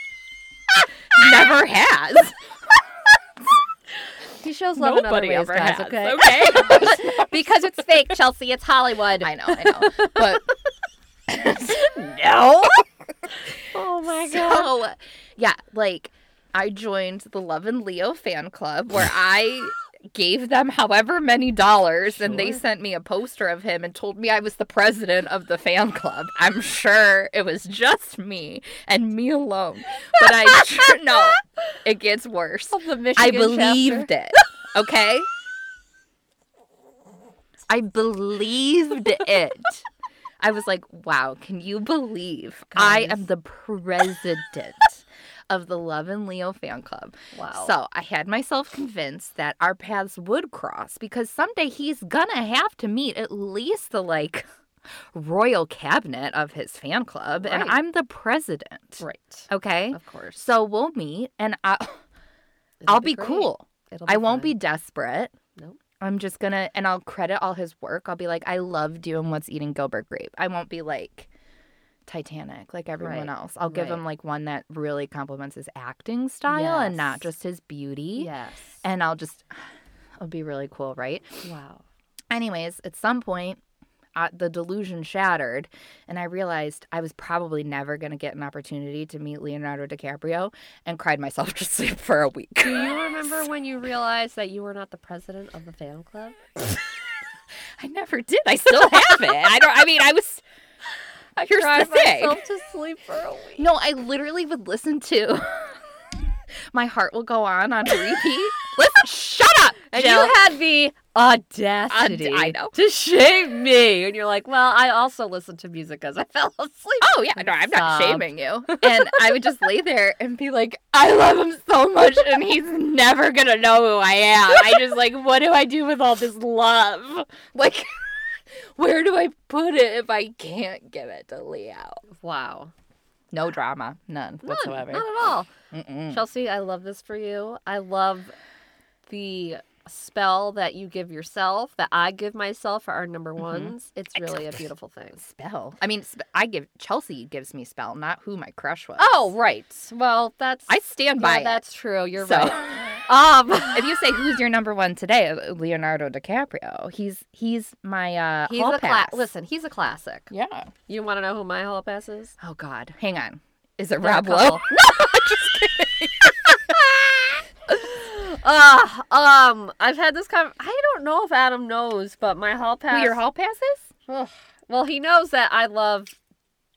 S2: Never has.
S3: He shows love in other ways, guys, okay?
S4: because it's fake, Chelsea. It's Hollywood.
S2: I know, I know. But no.
S3: Oh my
S2: So, yeah, like I joined the Love and Leo fan club where I gave them however many dollars and they sent me a poster of him and told me I was the president of the fan club. I'm sure it was just me and me alone. But I sure no, it gets
S4: Oh
S2: worse.
S3: the Michigan
S2: I believed it. Okay? I believed it. I was like, wow, can you believe I am the president of the Love and Leo fan club?
S3: Wow.
S2: So I had myself convinced that our paths would cross because someday he's gonna have to meet at least the like royal cabinet of his fan club, and
S3: Right.
S2: I'm the president.
S3: Right.
S2: Okay.
S3: Of course.
S2: So we'll meet and I, I'll be,
S3: be great.
S2: cool.
S3: It'll
S2: I won't
S3: fun.
S2: be desperate.
S3: Nope.
S2: I'm just going to, and I'll credit all his work. I'll be like, I loved you and what's eating Gilbert Grape. I won't be like Titanic, like everyone
S3: Right.
S2: else. I'll give
S3: Right.
S2: him like one that really compliments his acting style and not
S3: Yes.
S2: just his beauty.
S3: Yes.
S2: And I'll just, it'll be really cool, right?
S3: wow.
S2: Anyways, at some point, uh, the delusion shattered, and I realized I was probably never going to get an opportunity to meet Leonardo DiCaprio and cried myself to sleep for a week.
S3: Do you remember when you realized that you were not the president of the fan club?
S2: I never did. I still have it. I don't, I mean, I was. Here's the thing.
S3: myself to sleep for a week.
S2: No, I literally would listen to My Heart Will Go On on repeat. Listen, shut up.
S3: And
S2: Jill.
S3: you had the audacity
S2: I know.
S3: to shame me. And you're like, well, I also listened to music as I fell asleep.
S2: Oh yeah, no, I'm not
S3: Sobbed.
S2: shaming you. And I would just lay there and be like, I love him so much, and he's never gonna know who I am. I just like, what do I do with all this love? Like, where do I put it if I can't give it to Leo?
S3: Wow.
S2: No drama, none,
S3: None,
S2: whatsoever.
S3: Not at all.
S2: Mm-mm.
S3: Chelsea, I love this for you. I love the spell that you give yourself, that I give myself for our number ones. Mm-hmm. It's really a beautiful thing.
S2: Spell. I mean, sp- I give Chelsea gives me spell, not who my crush was.
S3: Oh, right. Well, that's
S2: I stand by
S3: yeah,
S2: it.
S3: that's true. You're
S2: So-
S3: right. Um
S2: if you say who's your number one today, Uh, Leonardo DiCaprio. He's he's my uh,
S3: He's
S2: hall
S3: a cla-
S2: pass.
S3: listen, he's a classic.
S2: Yeah.
S3: You want to know who my hall pass is?
S2: Oh God, hang on. Is it
S3: They're a
S2: Rob Lowe?
S3: couple. Uh, um, I've had this kind I don't know if Adam knows, but my hall pass.
S2: Who your hall passes?
S3: Ugh. Well, he knows that I love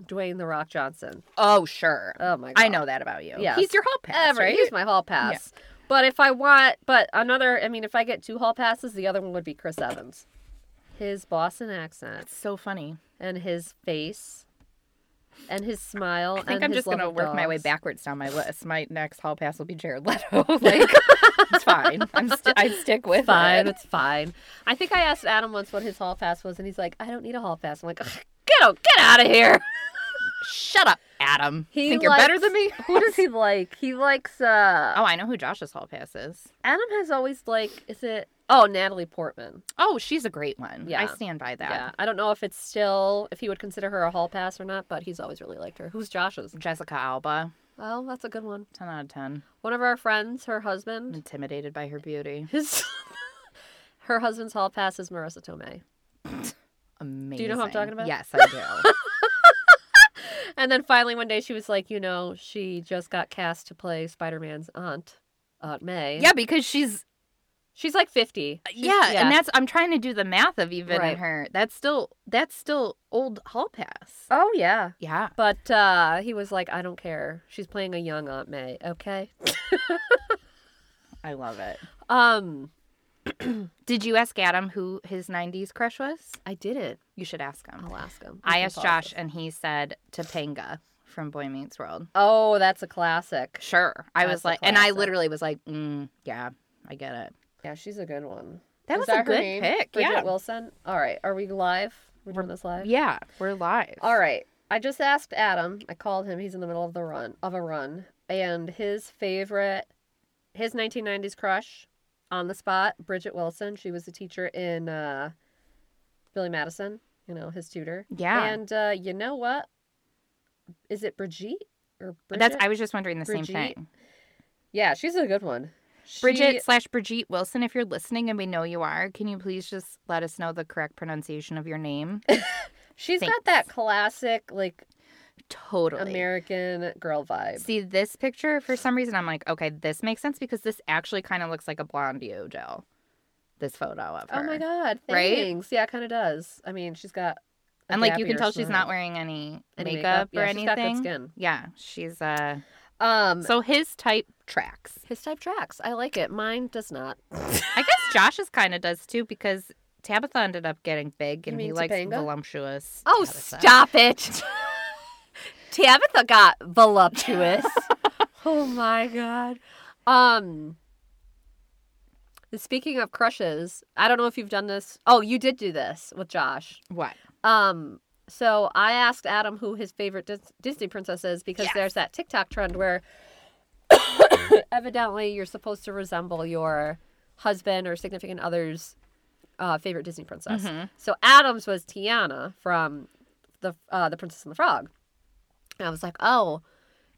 S3: Dwayne the Rock Johnson.
S2: Oh sure,
S3: Oh my god,
S2: I know that about you.
S3: Yes.
S2: he's your hall pass,
S3: Every-
S2: right?
S3: He's my hall pass. But if I want, but another, I mean, if I get two hall passes, the other one would be Chris Evans. His Boston accent
S2: so funny.
S3: and his face, and his smile.
S2: I think
S3: and
S2: I'm
S3: his
S2: just
S3: love
S2: gonna
S3: of
S2: work my way
S3: dogs.
S2: backwards down my list. My next hall pass will be Jared Leto. like it's fine. I'm st- I stick with
S3: fine.
S2: it.
S3: It's fine. I think I asked Adam once what his hall pass was, and he's like, "I don't need a hall pass." I'm like, "Ugh, "Get out, get out of here!"
S2: Shut up, Adam.
S3: He
S2: Think you're better
S3: likes-
S2: than me?
S3: Who does he like? He likes uh
S2: Oh, I know who Josh's hall pass is.
S3: Adam has always like is it Oh, Natalie Portman.
S2: Oh, she's a great one. I
S3: Yeah.
S2: stand by that.
S3: Yeah. I don't know if it's still if he would consider her a hall pass or not, but he's always really liked her. Who's Josh's?
S2: Jessica Alba,
S3: Well, that's a good one. Mm.
S2: 10 out of 10.
S3: One of our friends, her husband,
S2: Intimidated by her beauty.
S3: his her husband's hall pass is Marissa Tomei.
S2: Amazing.
S3: know who I'm talking about?
S2: Yes, I do.
S3: And then finally one day she was like, you know, she just got cast to play Spider Man's aunt, Aunt May.
S2: yeah, because she's
S3: She's like fifty. She's-
S2: Uh, yeah, and that's I'm trying to do the math of even
S3: Right.
S2: in her. That's still that's still old hall pass.
S3: Oh yeah.
S2: Yeah.
S3: But uh, he was like, I don't care. She's playing a young Aunt May, okay?
S2: I love it.
S3: Um,
S2: Did you ask Adam who his 90s crush was?
S3: I didn't.
S2: You should ask him.
S3: I'll ask him.
S2: I
S3: We can
S2: asked
S3: pause
S2: Josh
S3: this.
S2: and he said Topanga from Boy Meets World.
S3: Oh, that's a classic.
S2: Sure. I
S3: That's
S2: was
S3: a
S2: like and I
S3: classic.
S2: literally was like, mm, yeah, I get it.
S3: Yeah, she's a good one.
S2: That
S3: Is
S2: was a
S3: that her
S2: good
S3: name?
S2: pick.
S3: Bridget
S2: yeah.
S3: Wilson. All right, are we live? We're doing this live.
S2: Yeah, we're live.
S3: All right. I just asked Adam. I called him. He's in the middle of the run of a run, and his favorite, his 1990s crush, on the spot, Bridget Wilson. She was a teacher in uh, Billy Madison. You know, his tutor.
S2: Yeah.
S3: And uh, you know what? Is it Brigitte or Bridget?
S2: That's I was just wondering the same
S3: Brigitte?
S2: thing.
S3: Yeah, she's a good one. She-
S2: Bridget slash Brigitte Wilson, if you're listening and we know you are, can you please just let us know the correct pronunciation of your name?
S3: she's
S2: thanks.
S3: got that classic like
S2: totally.
S3: American girl vibe.
S2: See this picture for some reason I'm like, okay, this makes sense because this actually kind of looks like a Blondie gel. This photo of her.
S3: Oh my god!
S2: Right?
S3: Thanks. Yeah, it kind of does. I mean, she's got. a
S2: And like you can
S3: dappier
S2: tell she's
S3: smile.
S2: not wearing any,
S3: Any
S2: makeup, or
S3: Yeah, she's got good
S2: anything.
S3: skin.
S2: Yeah, she's uh
S3: Um,
S2: so his type tracks.
S3: his type tracks. I like it. Mine does not.
S2: I guess Josh's kind of does too because Tabitha ended up getting big and he
S3: mean
S2: likes
S3: Topanga?
S2: voluptuous.
S4: Oh,
S2: Tabitha.
S4: stop it. Tabitha got voluptuous.
S3: oh my god. Um. Speaking of crushes, I don't know if you've done this. Oh, you did do this with Josh.
S2: What?
S3: Um, so I asked Adam who his favorite Dis- Disney princess is because there's that TikTok trend where evidently you're supposed to resemble your husband or significant other's uh, favorite Disney princess. So Adam's was Tiana from the uh, the Princess and the Frog. And I was like, oh,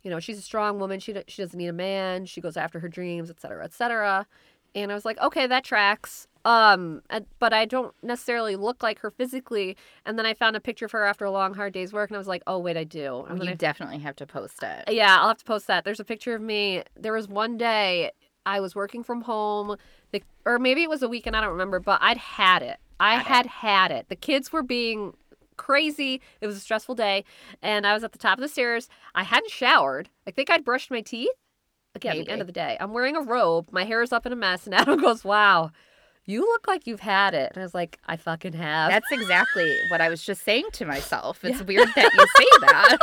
S3: you know, she's a strong woman. She do- she doesn't need a man. She goes after her dreams, et cetera, et cetera. And I was like, okay, that tracks. Um, and- but I don't necessarily look like her physically. And then I found a picture of her after a long, hard day's work, and I was like, oh wait, I do. And then
S2: You
S3: I-
S2: definitely have to post it.
S3: yeah, I'll have to post that. There's a picture of me. There was one day I was working from home, the, or maybe it was a weekend. I don't remember, but I'd had it. I had had it. The kids were being crazy. It was a stressful day, and I was at the top of the stairs. I hadn't showered. I think I'd brushed my teeth. Again, at the
S2: Maybe.
S3: end of the day, I'm wearing a robe. My hair is up in a mess, and Adam goes, "Wow, you look like you've had it." And I was like, "I fucking have."
S2: That's exactly what I was just saying to myself. It's weird that you say that.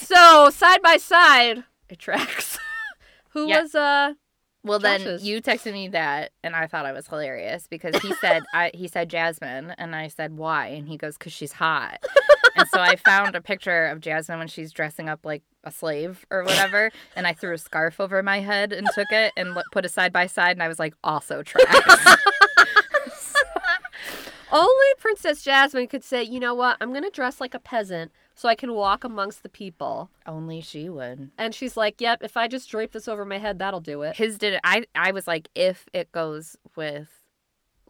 S3: so side by side, it tracks. Who
S2: Yeah.
S3: was uh?
S2: Well, then
S3: Josh's.
S2: you texted me that, and I thought I was hilarious because he said I, he said Jasmine, and I said why, and he goes because she's hot. and so I found a picture of Jasmine when she's dressing up like a slave or whatever, and I threw a scarf over my head and took it and lo- put it side by side, and I was like, also tracks.
S3: Only Princess Jasmine could say, you know what, I'm going to dress like a peasant so I can walk amongst the people.
S2: Only she would.
S3: And she's like, yep, if I just drape this over my head, that'll do it.
S2: His did I? I was like, if it goes with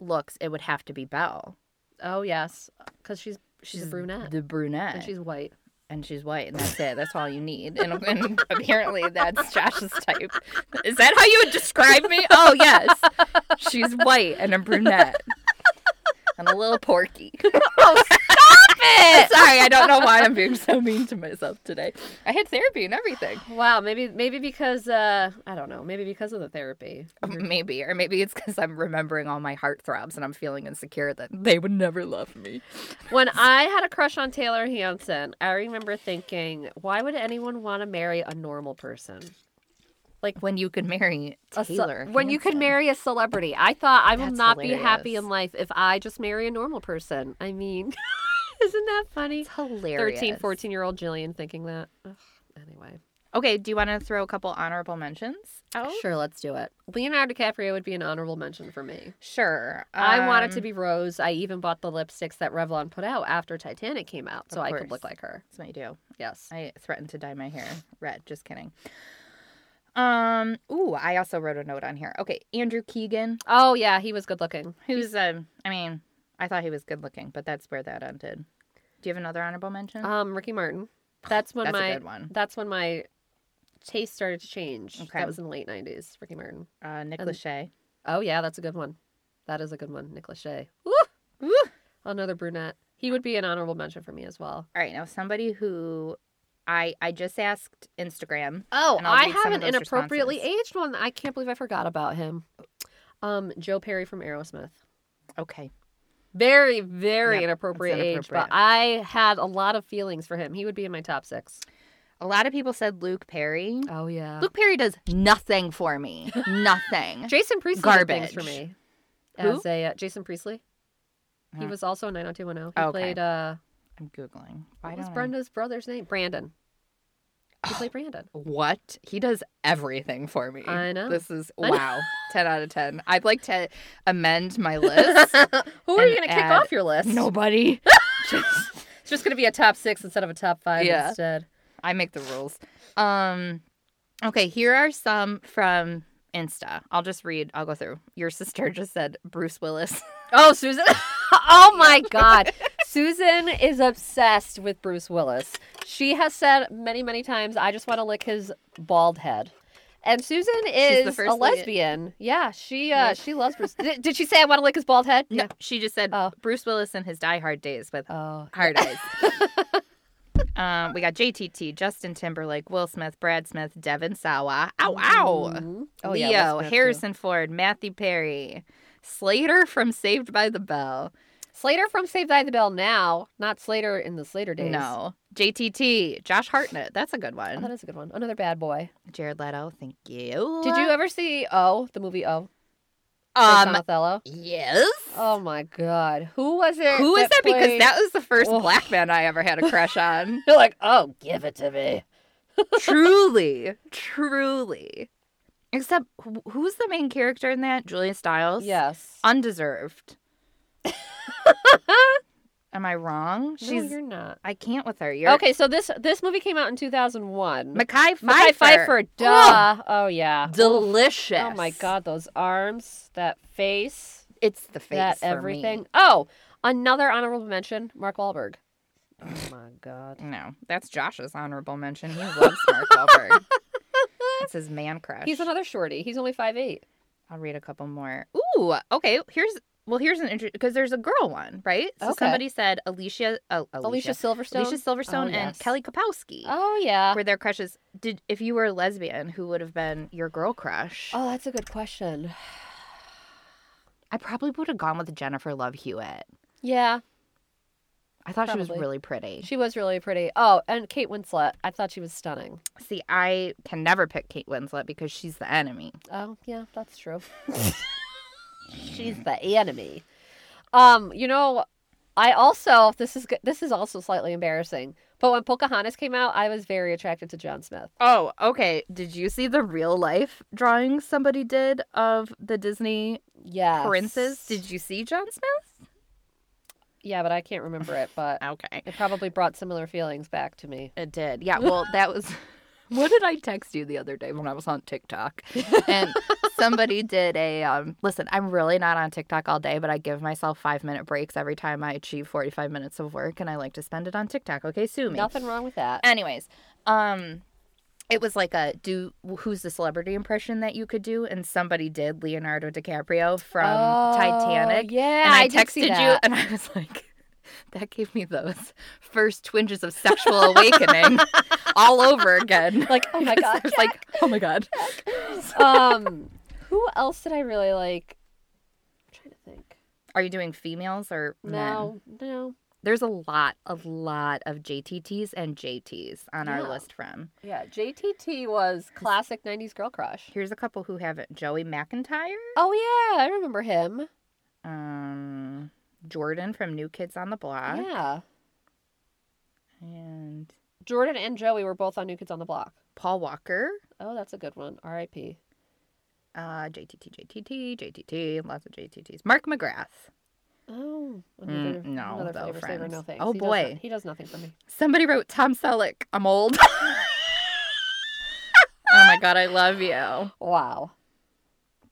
S2: looks, it would have to be Belle.
S3: Oh, yes. Because she's, she's, a brunette.
S2: The brunette.
S3: and she's white.
S2: and she's white, and that's it. That's all you need. And, and apparently, that's Josh's type. Is that how you would describe me? Oh yes, she's white and a brunette and a little porky. oh, stop it! Sorry, I don't know why I'm being so mean to myself today. I had therapy and everything.
S3: Wow, maybe maybe because, uh, I don't know, maybe because of the therapy.
S2: Maybe, or maybe it's because I'm remembering all my heartthrobs and I'm feeling insecure that they would never love me.
S3: When I had a crush on Taylor Hanson, I remember thinking, why would anyone want to marry a normal person?
S2: When you could marry
S3: A ce-
S2: Taylor,
S3: when you could
S2: Hanson.
S3: marry a celebrity. I thought I will
S2: That's
S3: not be happy
S2: hilarious.
S3: in life if I just marry a normal person. I mean, Isn't that funny?
S4: Hilarious.
S3: 13, 14 year old Jillian thinking that. Ugh, anyway.
S2: Okay, do you want to throw a couple honorable mentions out?
S3: Sure, let's do it. Leonardo DiCaprio would be an honorable mention for me.
S2: Sure.
S3: I want it to
S2: Um,
S3: be Rose. I even bought the lipsticks that Revlon put out after Titanic came out so
S2: Of
S3: I could
S2: course.
S3: look like her.
S2: That's what I do.
S3: Yes.
S2: I threatened to dye my hair red. Just kidding. Um. Ooh, I also wrote a note on here. Okay, Andrew Keegan,
S3: Oh, yeah, he was good looking.
S2: who's um. I mean, I thought he was good looking, but that's where that ended. Do you have another honorable mention?
S3: Um, Ricky Martin. That's when
S2: that's
S3: my
S2: a good one.
S3: that's when my taste started to change.
S2: Okay.
S3: That was in the late nineties. Ricky Martin.
S2: Uh, Nick
S3: and-
S2: Lachey.
S3: Oh yeah, that's a good one. That is a good one. Nick Lachey. Woo!
S2: Woo!
S3: Another brunette. He would be an honorable mention for me as well.
S2: All right, now somebody who I I just asked Instagram.
S3: Oh,
S2: And I'll read
S3: I
S2: some
S3: have
S2: of
S3: an
S2: those
S3: inappropriately aged one. I can't believe I forgot about him. Um, Joe Perry from Aerosmith.
S2: Okay.
S3: Very, very
S2: Yep, it's
S3: inappropriate age, but
S2: inappropriate.
S3: I had a lot of feelings for him. He would be in my top six.
S2: A lot of people said Luke Perry.
S3: Oh yeah,
S2: Luke Perry does nothing for me. nothing.
S3: Jason Priestley did things for
S2: Garbage.
S3: me.
S2: Who?
S3: As a uh, Jason Priestley, he
S2: Hmm.
S3: was also in 90210. He
S2: Oh, Okay.
S3: played uh,
S2: I'm googling. Why
S3: what was
S2: don't I-
S3: Brenda's brother's name? Brandon. He played Brandon.
S2: What? He does everything for me.
S3: I know.
S2: This is
S3: I know.
S2: wow. 10 out of 10. I'd like to amend my list.
S3: Who are
S2: And
S3: you going to kick
S2: add-
S3: off your list?
S2: Nobody.
S3: it's just going to be a top six instead of a top five
S2: Yeah.
S3: instead.
S2: I make the rules. Um okay, here are some from Insta. I'll just read. I'll go through. Your sister just said Bruce Willis.
S3: Oh, Susan. oh, my God. Susan is obsessed with Bruce Willis. She has said many, many times, I just want to lick his bald head. And Susan
S2: the
S3: is
S2: first
S3: a
S2: lady-
S3: lesbian. Yeah, she uh, she loves Bruce. Did, did she say I want to lick his bald head?
S2: No, she just said
S3: Oh.
S2: Bruce Willis and his Die Hard days with
S3: Oh,
S2: hard eyes. um, we got JTT, Justin Timberlake, Will Smith, Brad Smith, Devin Sawa. Ow, ow.
S3: Mhm.
S2: Leo,
S3: yeah, Will Smith, too.
S2: Harrison Ford, Matthew Perry, Slater from Saved by the Bell.
S3: Slater from Save by the Bell now, not Slater in the Slater days.
S2: No. JTT, Josh Hartnett. That's a good
S3: Oh, that
S2: one.
S3: is a good one. Another bad boy.
S2: Jared Leto, thank you.
S3: Did you ever see O, the movie O? Based on
S2: Um,
S3: Othello.
S2: yes.
S3: Oh my God, who was it?
S2: Who is that? Because
S3: played-
S2: that was the first
S3: Oh.
S2: black man I ever had a crush on.
S3: You're like, oh, give it to me.
S2: truly, truly. Except, wh- who's the main character in that? Julia Stiles.
S3: Yes.
S2: Undeserved. Am I wrong? She's.
S3: no, you're not.
S2: I can't with her. You're
S3: Okay, so this this movie came out in 2001.
S2: Mackay Pfeiffer.
S3: Mackay Pfeiffer, duh. Oh yeah.
S2: Delicious.
S3: Oh my God, those arms, that face.
S2: It's the face.
S3: that
S2: for me.
S3: everything. Oh, another honorable mention: Mark Wahlberg. Oh my god.
S2: No, that's Josh's honorable mention. He loves Mark Wahlberg. It's his man crush.
S3: He's another shorty. He's only five eight.
S2: I'll read a couple more. Ooh, okay. Here's well, here's an interesting because there's a girl one, right? So
S3: Okay.
S2: somebody said Alicia, oh,
S3: Alicia
S2: Alicia,
S3: Silverstone.
S2: Alicia Silverstone Uh,
S3: Oh,
S2: and
S3: yes.
S2: Kelly Kapowski
S3: Oh yeah.
S2: were their crushes. Did if you were a lesbian, who would have been your girl crush?
S3: Oh, that's a good question.
S2: I probably would have gone with Jennifer Love Hewitt.
S3: Yeah,
S2: I thought she was
S3: Probably.
S2: really pretty.
S3: she was really pretty. Oh, and Kate Winslet. I thought she was stunning.
S2: See, I can never pick Kate Winslet because she's the enemy.
S3: Oh yeah, that's true. She's the enemy. Um, you know, I also this is g- this is also slightly embarrassing. But when Pocahontas came out, I was very attracted to John Smith.
S2: Oh, okay. Did you see the real life drawing somebody did of the Disney
S3: Yeah.
S2: princes? Did you see John Smith?
S3: Yeah, but I can't remember it. But
S2: Okay.
S3: It probably brought similar feelings back to me.
S2: It did. Yeah. Well, that was. What did I text you the other day when I was on TikTok? And somebody did a um, listen. I'm really not on TikTok all day, but I give myself five minute breaks every time I achieve 45 minutes of work, and I like to spend it on TikTok. Okay, sue me.
S3: Nothing wrong with that.
S2: Anyways, um, it was like a do who's the celebrity impression that you could do, and somebody did Leonardo DiCaprio from Titanic.
S3: Oh, Yeah,
S2: and I,
S3: did
S2: texted
S3: see
S2: you,
S3: that.
S2: and I was like, that gave me those first twinges of sexual awakening all over again.
S3: Like, oh my
S2: Because I
S3: god.
S2: was like, oh my god.
S3: um, who else did I really like? I'm trying to think.
S2: Are you doing females or men?
S3: No, no.
S2: There's a lot, a lot of JTTs and JTs on our
S3: Yeah.
S2: list from.
S3: Yeah, JTT was classic '90s girl crush.
S2: Here's a couple who haven't. Joey McIntyre.
S3: Oh yeah, I remember him.
S2: um Jordan from New Kids on the Block.
S3: Yeah,
S2: and
S3: Jordan and Joey were both on New Kids on the Block.
S2: Paul Walker.
S3: Oh, that's a good one. R.I.P.
S2: Uh, JTT, JTT, JTT, lots of JTTs. Mark McGrath.
S3: Oh,
S2: Mm, no, though,
S3: flavor saver,
S2: friends.
S3: no thanks.
S2: Oh,
S3: He does
S2: boy.
S3: not- he does nothing for me.
S2: Somebody wrote Tom Selleck. I'm old. oh my god, I love you.
S3: Wow.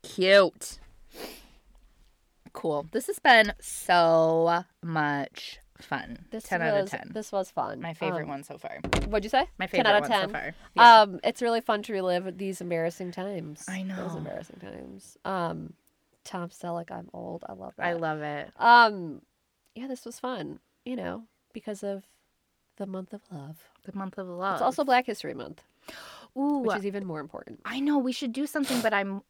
S2: Cute. Cool. This has been so much fun.
S3: This
S2: ten
S3: was,
S2: out of ten.
S3: This was fun.
S2: my favorite
S3: Um,
S2: one so far.
S3: What'd you say?
S2: My favorite
S3: 10 out of
S2: one
S3: 10.
S2: so far. Yeah.
S3: Um, it's really fun to relive these embarrassing times.
S2: I
S3: Those
S2: know.
S3: embarrassing times. Um, Tom Selleck, I'm old. I love that.
S2: I love it.
S3: Um, yeah, this was fun. You know, because of the month of love.
S2: The month of love.
S3: It's also Black History Month,
S2: Ooh,
S3: which is even more important.
S2: I know we should do something, but I'm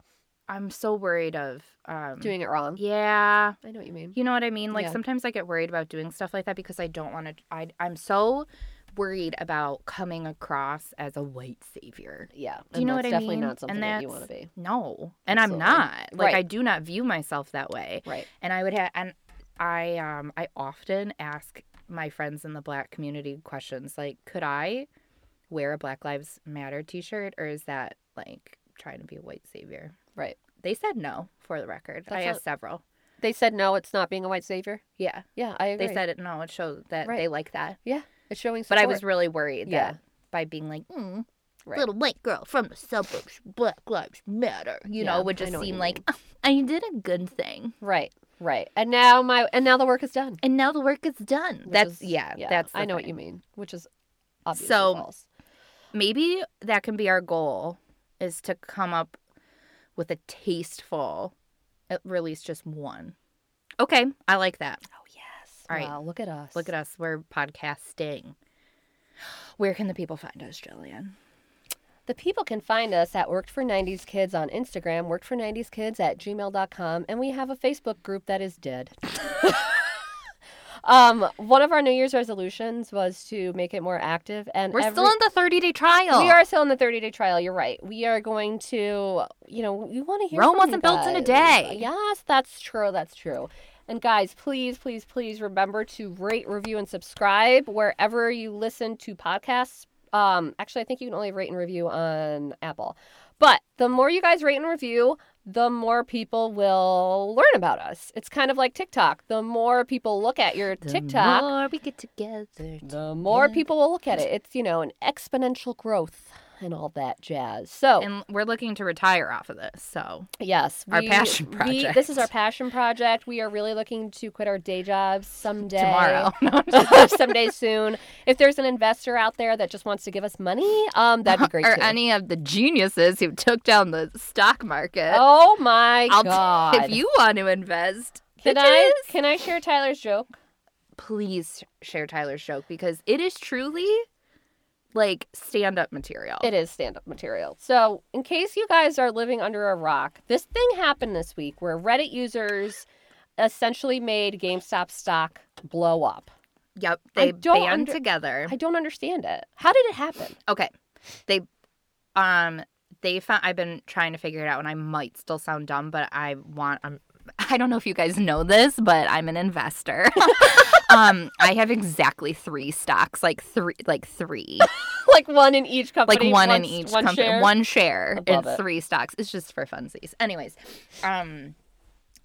S2: I'm so worried of um
S3: Doing it wrong.
S2: Yeah.
S3: I know what you mean.
S2: You know what I mean? Like
S3: Yeah.
S2: sometimes I get worried about doing stuff like that because I don't want to. I I'm so worried about coming across as a white savior.
S3: Yeah.
S2: Do you
S3: and
S2: know what
S3: that's
S2: I
S3: definitely
S2: mean?
S3: not something
S2: And
S3: that you
S2: that's-
S3: want to be.
S2: No, and
S3: Absolutely.
S2: I'm not. Like I
S3: Right.
S2: do not view myself that way.
S3: Right.
S2: And I would have and I um I often ask my friends in the black community questions like, could I wear a Black Lives Matter T-shirt or is that like trying to be a white savior?
S3: Right.
S2: They said no for the record. I
S3: That's not-
S2: asked several.
S3: They said no, it's not being a white savior.
S2: Yeah.
S3: Yeah, I agree.
S2: They said it no. It shows that
S3: Right.
S2: they like that.
S3: yeah, it's showing
S2: But
S3: support.
S2: I was really worried
S3: Yeah.
S2: that by being like, mm,
S3: Right.
S2: little white girl from the suburbs, Black Lives Matter, you
S3: Yeah,
S2: know, would
S3: I
S2: just
S3: know what you
S2: seem like, "Oh, I did a good thing.
S3: right, right. And now my and now the work is done.
S2: And now the work is done.
S3: which
S2: that's,
S3: is-
S2: yeah, that's,
S3: I
S2: the
S3: know what
S2: thing.
S3: you mean, which is obviously
S2: So-
S3: false.
S2: Maybe that can be our goal is to come up with a tasteful, at release just one. Okay. I like that.
S3: Oh yes.
S2: All right.
S3: wow, look at us.
S2: Look at us. We're podcasting. Where can the people find us, Jillian?
S3: The people can find us at Worked for 90s Kids on Instagram, worked for 90s Kids at gmail.com, and we have a Facebook group that is dead. um, one of our New Year's resolutions was to make it more active, and
S2: We're
S3: every-
S2: still in the 30 day trial.
S3: We are still in the 30 day trial. You're right. We are going to, you know, we want to hear.
S2: Rome
S3: from
S2: wasn't
S3: you
S2: built in a
S3: guys.
S2: day.
S3: Yes, that's true. That's true. And guys, please, please, please remember to rate, review, and subscribe wherever you listen to podcasts. Um, actually, I think you can only rate and review on Apple. But the more you guys rate and review, the more people will learn about us. It's kind of like TikTok. The more people look at your TikTok,
S2: The more we get together.
S3: the more
S5: Mm.
S3: people will look at it. It's, you know, an exponential growth and all that jazz. So,
S2: And we're looking to retire off of this. So
S3: yes,
S2: our
S3: we-
S2: passion
S3: we-
S2: project.
S3: this is our passion project. We are really looking to quit our day jobs someday.
S2: tomorrow.
S3: someday soon. If there's an investor out there that just wants to give us money, um, that'd be great
S2: or
S3: too.
S2: any of the geniuses who took down the stock market.
S3: oh my
S2: I'll-
S3: god!
S2: If you want to invest,
S3: can I
S2: bitches,
S3: can I share Tyler's joke?
S2: please share Tyler's joke because it is truly like stand up material.
S3: It is stand up material. So, in case you guys are living under a rock, this thing happened this week where Reddit users essentially made GameStop stock blow up.
S2: Yep.
S3: I
S2: They
S3: don't
S2: band
S3: under-
S2: together.
S3: I don't understand it. How did it happen?
S2: Okay. They um they found I've been trying to figure it out and I might still sound dumb, but I want I'm I don't know if you guys know this, but I'm an investor. um I have exactly 3 stocks, like 3 like 3.
S3: like one in each company.
S2: Like one in
S3: once-
S2: each
S3: one
S2: company,
S3: share?
S2: one share
S3: I
S2: in
S3: love it.
S2: 3 stocks. It's just for funsies. Anyways, um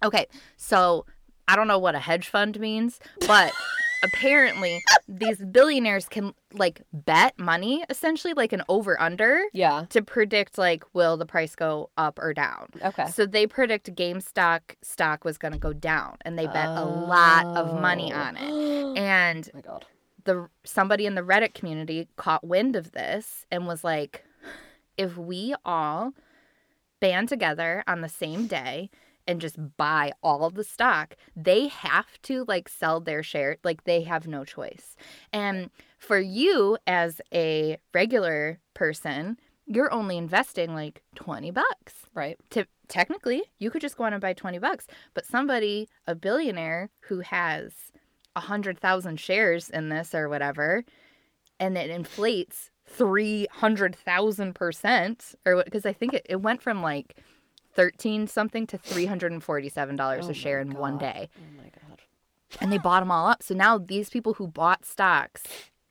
S2: okay. So I don't know what a hedge fund means, but apparently these billionaires can like bet money essentially like an over under
S3: Yeah.
S2: to predict like will the price go up or down.
S3: Okay.
S2: So they predict GameStop stock was going to go down and they bet a lot of money
S3: Oh.
S2: on it. And
S3: oh my god.
S2: the somebody in the Reddit community caught wind of this and was like if we all band together on the same day and just buy all the stock, they have to like sell their share. Like they have no choice. And for you as a regular person, you're only investing like 20 bucks.
S3: Right.
S2: To, technically, you could just go on and buy 20 bucks. But somebody, a billionaire who has a 100,000 shares in this or whatever, and it inflates 300,000% or because I think it, it went from like 13 something to $347
S3: Oh my
S2: a share in one
S3: God.
S2: day
S3: Oh my god.
S2: and they bought them all up. So now these people who bought stocks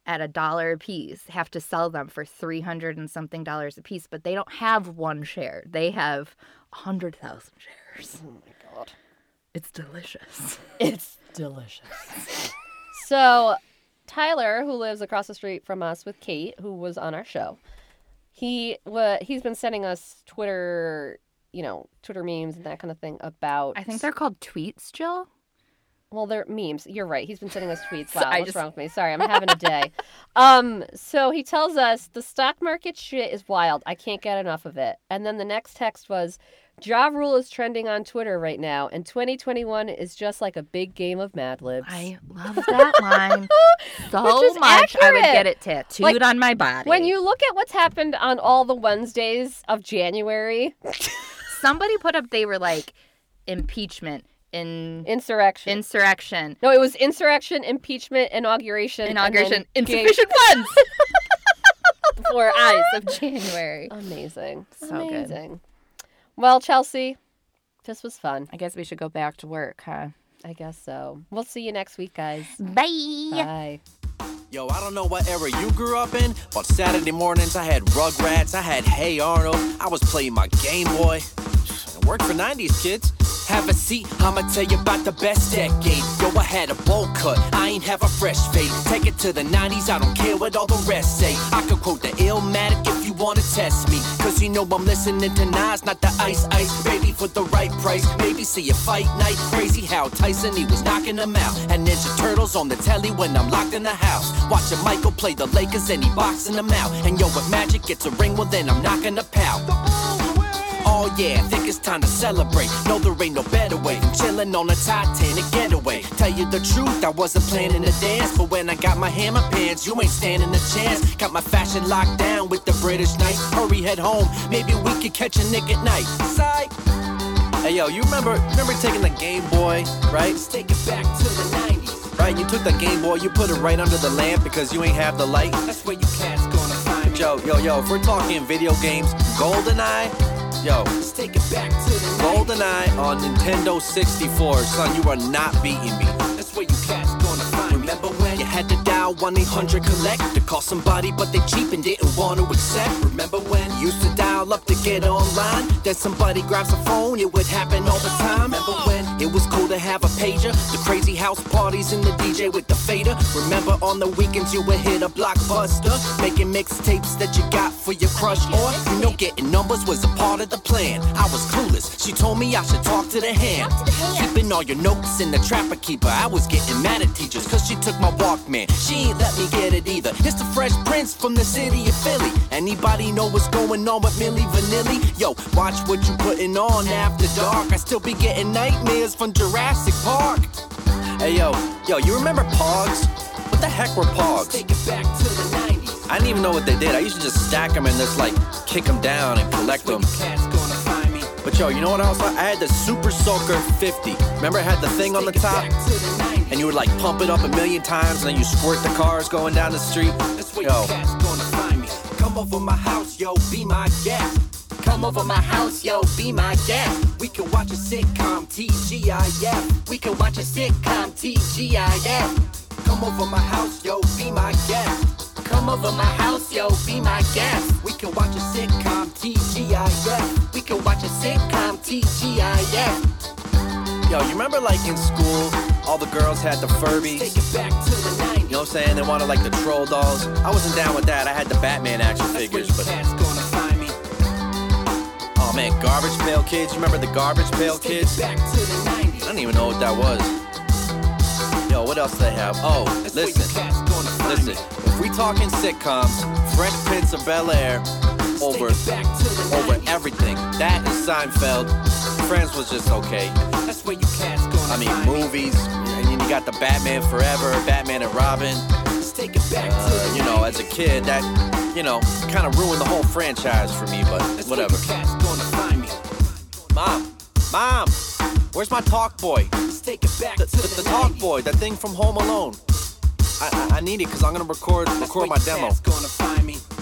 S2: at a dollar a piece have to sell them for 300 and something dollars a piece, but they don't have one share. They have 100,000 shares.
S3: Oh my god.
S2: It's delicious.
S3: It's delicious. so, Tyler, who lives across the street from us with Kate, who was on our show, he wa he's been sending us Twitter, you know, Twitter memes and that kind of thing about.
S2: I think they're called tweets, Jill.
S3: well, they're memes. You're right. He's been sending us tweets. Wow,
S2: I
S3: what's
S2: just-
S3: wrong with me? Sorry, I'm having a day. um, so he tells us the stock market shit is wild. I can't get enough of it. And then the next text was. Ja Rule is trending on Twitter right now, and 2021 is just like a big game of Mad Libs.
S2: I love that line so
S3: Which is
S2: much. I would
S3: accurate.
S2: get it tattooed
S3: Like,
S2: on my body.
S3: When you look at what's happened on all the Wednesdays of January,
S2: somebody put up, they were like impeachment in
S3: insurrection.
S2: insurrection,
S3: no, it was insurrection, impeachment, inauguration, and then
S2: inauguration,
S3: gang-
S2: insufficient funds for eyes of January.
S3: Amazing,
S2: So good.
S3: amazing. Well, Chelsea, this was fun.
S2: I guess we should go back to work, huh?
S3: I guess so. We'll see you next week, guys.
S2: Bye.
S3: Bye.
S5: Yo, I don't know what era you grew up in, but Saturday mornings I had Rugrats, I had Hey Arnold, I was playing my Game Boy. It worked for 90s kids. Have a seat, I'ma tell you about the best decade. Yo, I had a bowl cut, I ain't have a fresh fade. Take it to the 90s, I don't care what all the rest say. I could quote the Illmatic if you wanna test me. Cause you know I'm listening to Nas, not the Ice Ice. Baby, for the right price, maybe see a fight night. Crazy how Tyson, he was knocking them out. And Ninja Turtles on the telly when I'm locked in the house. Watching Michael play the Lakers and he boxing them out. And yo, if Magic gets a ring, well then I'm knocking a pal. Oh yeah, think it's time to celebrate. No, there ain't no better way than chilling on a Titanic getaway. Tell you the truth, I wasn't planning to dance, but when I got my hammer pants, you ain't standing a chance. Got my fashion locked down with the British knight. Hurry, head home, maybe we could catch a nick at night. Psych. Hey yo, you remember remember taking the Game Boy, right? Let's take it back to the 90s. Right, you took the Game Boy, you put it right under the lamp because you ain't have the light. That's where you cats gonna find. Yo, yo, yo, if we're talking video games, GoldenEye, yo. Let's take it back to the GoldenEye on Nintendo 64, son, you are not beating me. That's where you cats gonna find. Remember when you had to dial 1 800 collect to call somebody, but they cheap and didn't want to accept? Remember when you used to dial up to get online? Then somebody grabs a phone, it would happen all the time. Remember when it was cool to have a pager? The crazy house parties and the DJ with the fader. Remember on the weekends you would hit a blockbuster, making mixtapes that you got for your crush? Or, you know, getting numbers was a part of the plan. I was clueless, she told me I should talk to the hand. Keeping all your notes in the trapper keeper. I was getting mad at teachers, cause she took my Walkman. She ain't let me get it either. It's the Fresh Prince from the city of Philly. Anybody know what's going on with Millie Vanilli? Yo, watch what you putting on after dark. I still be getting nightmares from Jurassic Park. Hey yo, yo, you remember Pogs? What the heck were Pogs? Take it back to the 90s. I didn't even know what they did. I used to just stack them and just like kick them down and collect them. But yo, you know what else? I I had the Super Soaker 50. Remember, it had the thing on the top? And you would like pump it up a million times, and then you squirt the cars going down the street. Yo,
S1: Come over my house, yo, be my guest. Come over my house, yo, be my guest. We can watch a sitcom, TGIF. We can watch a sitcom, TGIF. Come over my house, yo, be my guest. Come over my house, yo, be my guest. We can watch a sitcom, TGIF. We can watch a sitcom, TGIF.
S5: yo, you remember like in school, all the girls had the
S1: Take
S5: Furbies?
S1: it back to the 90s.
S5: You know what I'm saying? They wanted like the troll dolls. I wasn't down with that. I had the Batman action
S1: That's where
S5: figures,
S1: you
S5: but
S1: cats gonna find me.
S5: oh man, Garbage Pail Kids. You remember the Garbage Pail
S1: Take it
S5: Kids?
S1: back to the 90s.
S5: I don't even know what that was. Yo, what else they have? Oh, listen, listen. If we talking sitcoms, Fresh Prince of Bel Air, over over everything. That and Seinfeld. Friends was just okay.
S1: That's where you cats gonna
S5: I mean,
S1: find me.
S5: movies, and then you got the Batman Forever, Batman and Robin.
S1: Let's take it back to
S5: Uh,
S1: the
S5: you know, as a kid, that, you know, kind of ruined the whole franchise for me, but
S1: 90s.
S5: whatever.
S1: That's where you cats gonna find me.
S5: Mom, mom, where's my talk boy?
S1: Let's take it back
S5: The,
S1: to the,
S5: the, the talk
S1: 90s.
S5: boy, that thing from Home Alone. I, I, I need it because I'm going to record
S1: That's
S5: record
S1: where
S5: my
S1: you
S5: demo.
S1: cats gonna find me.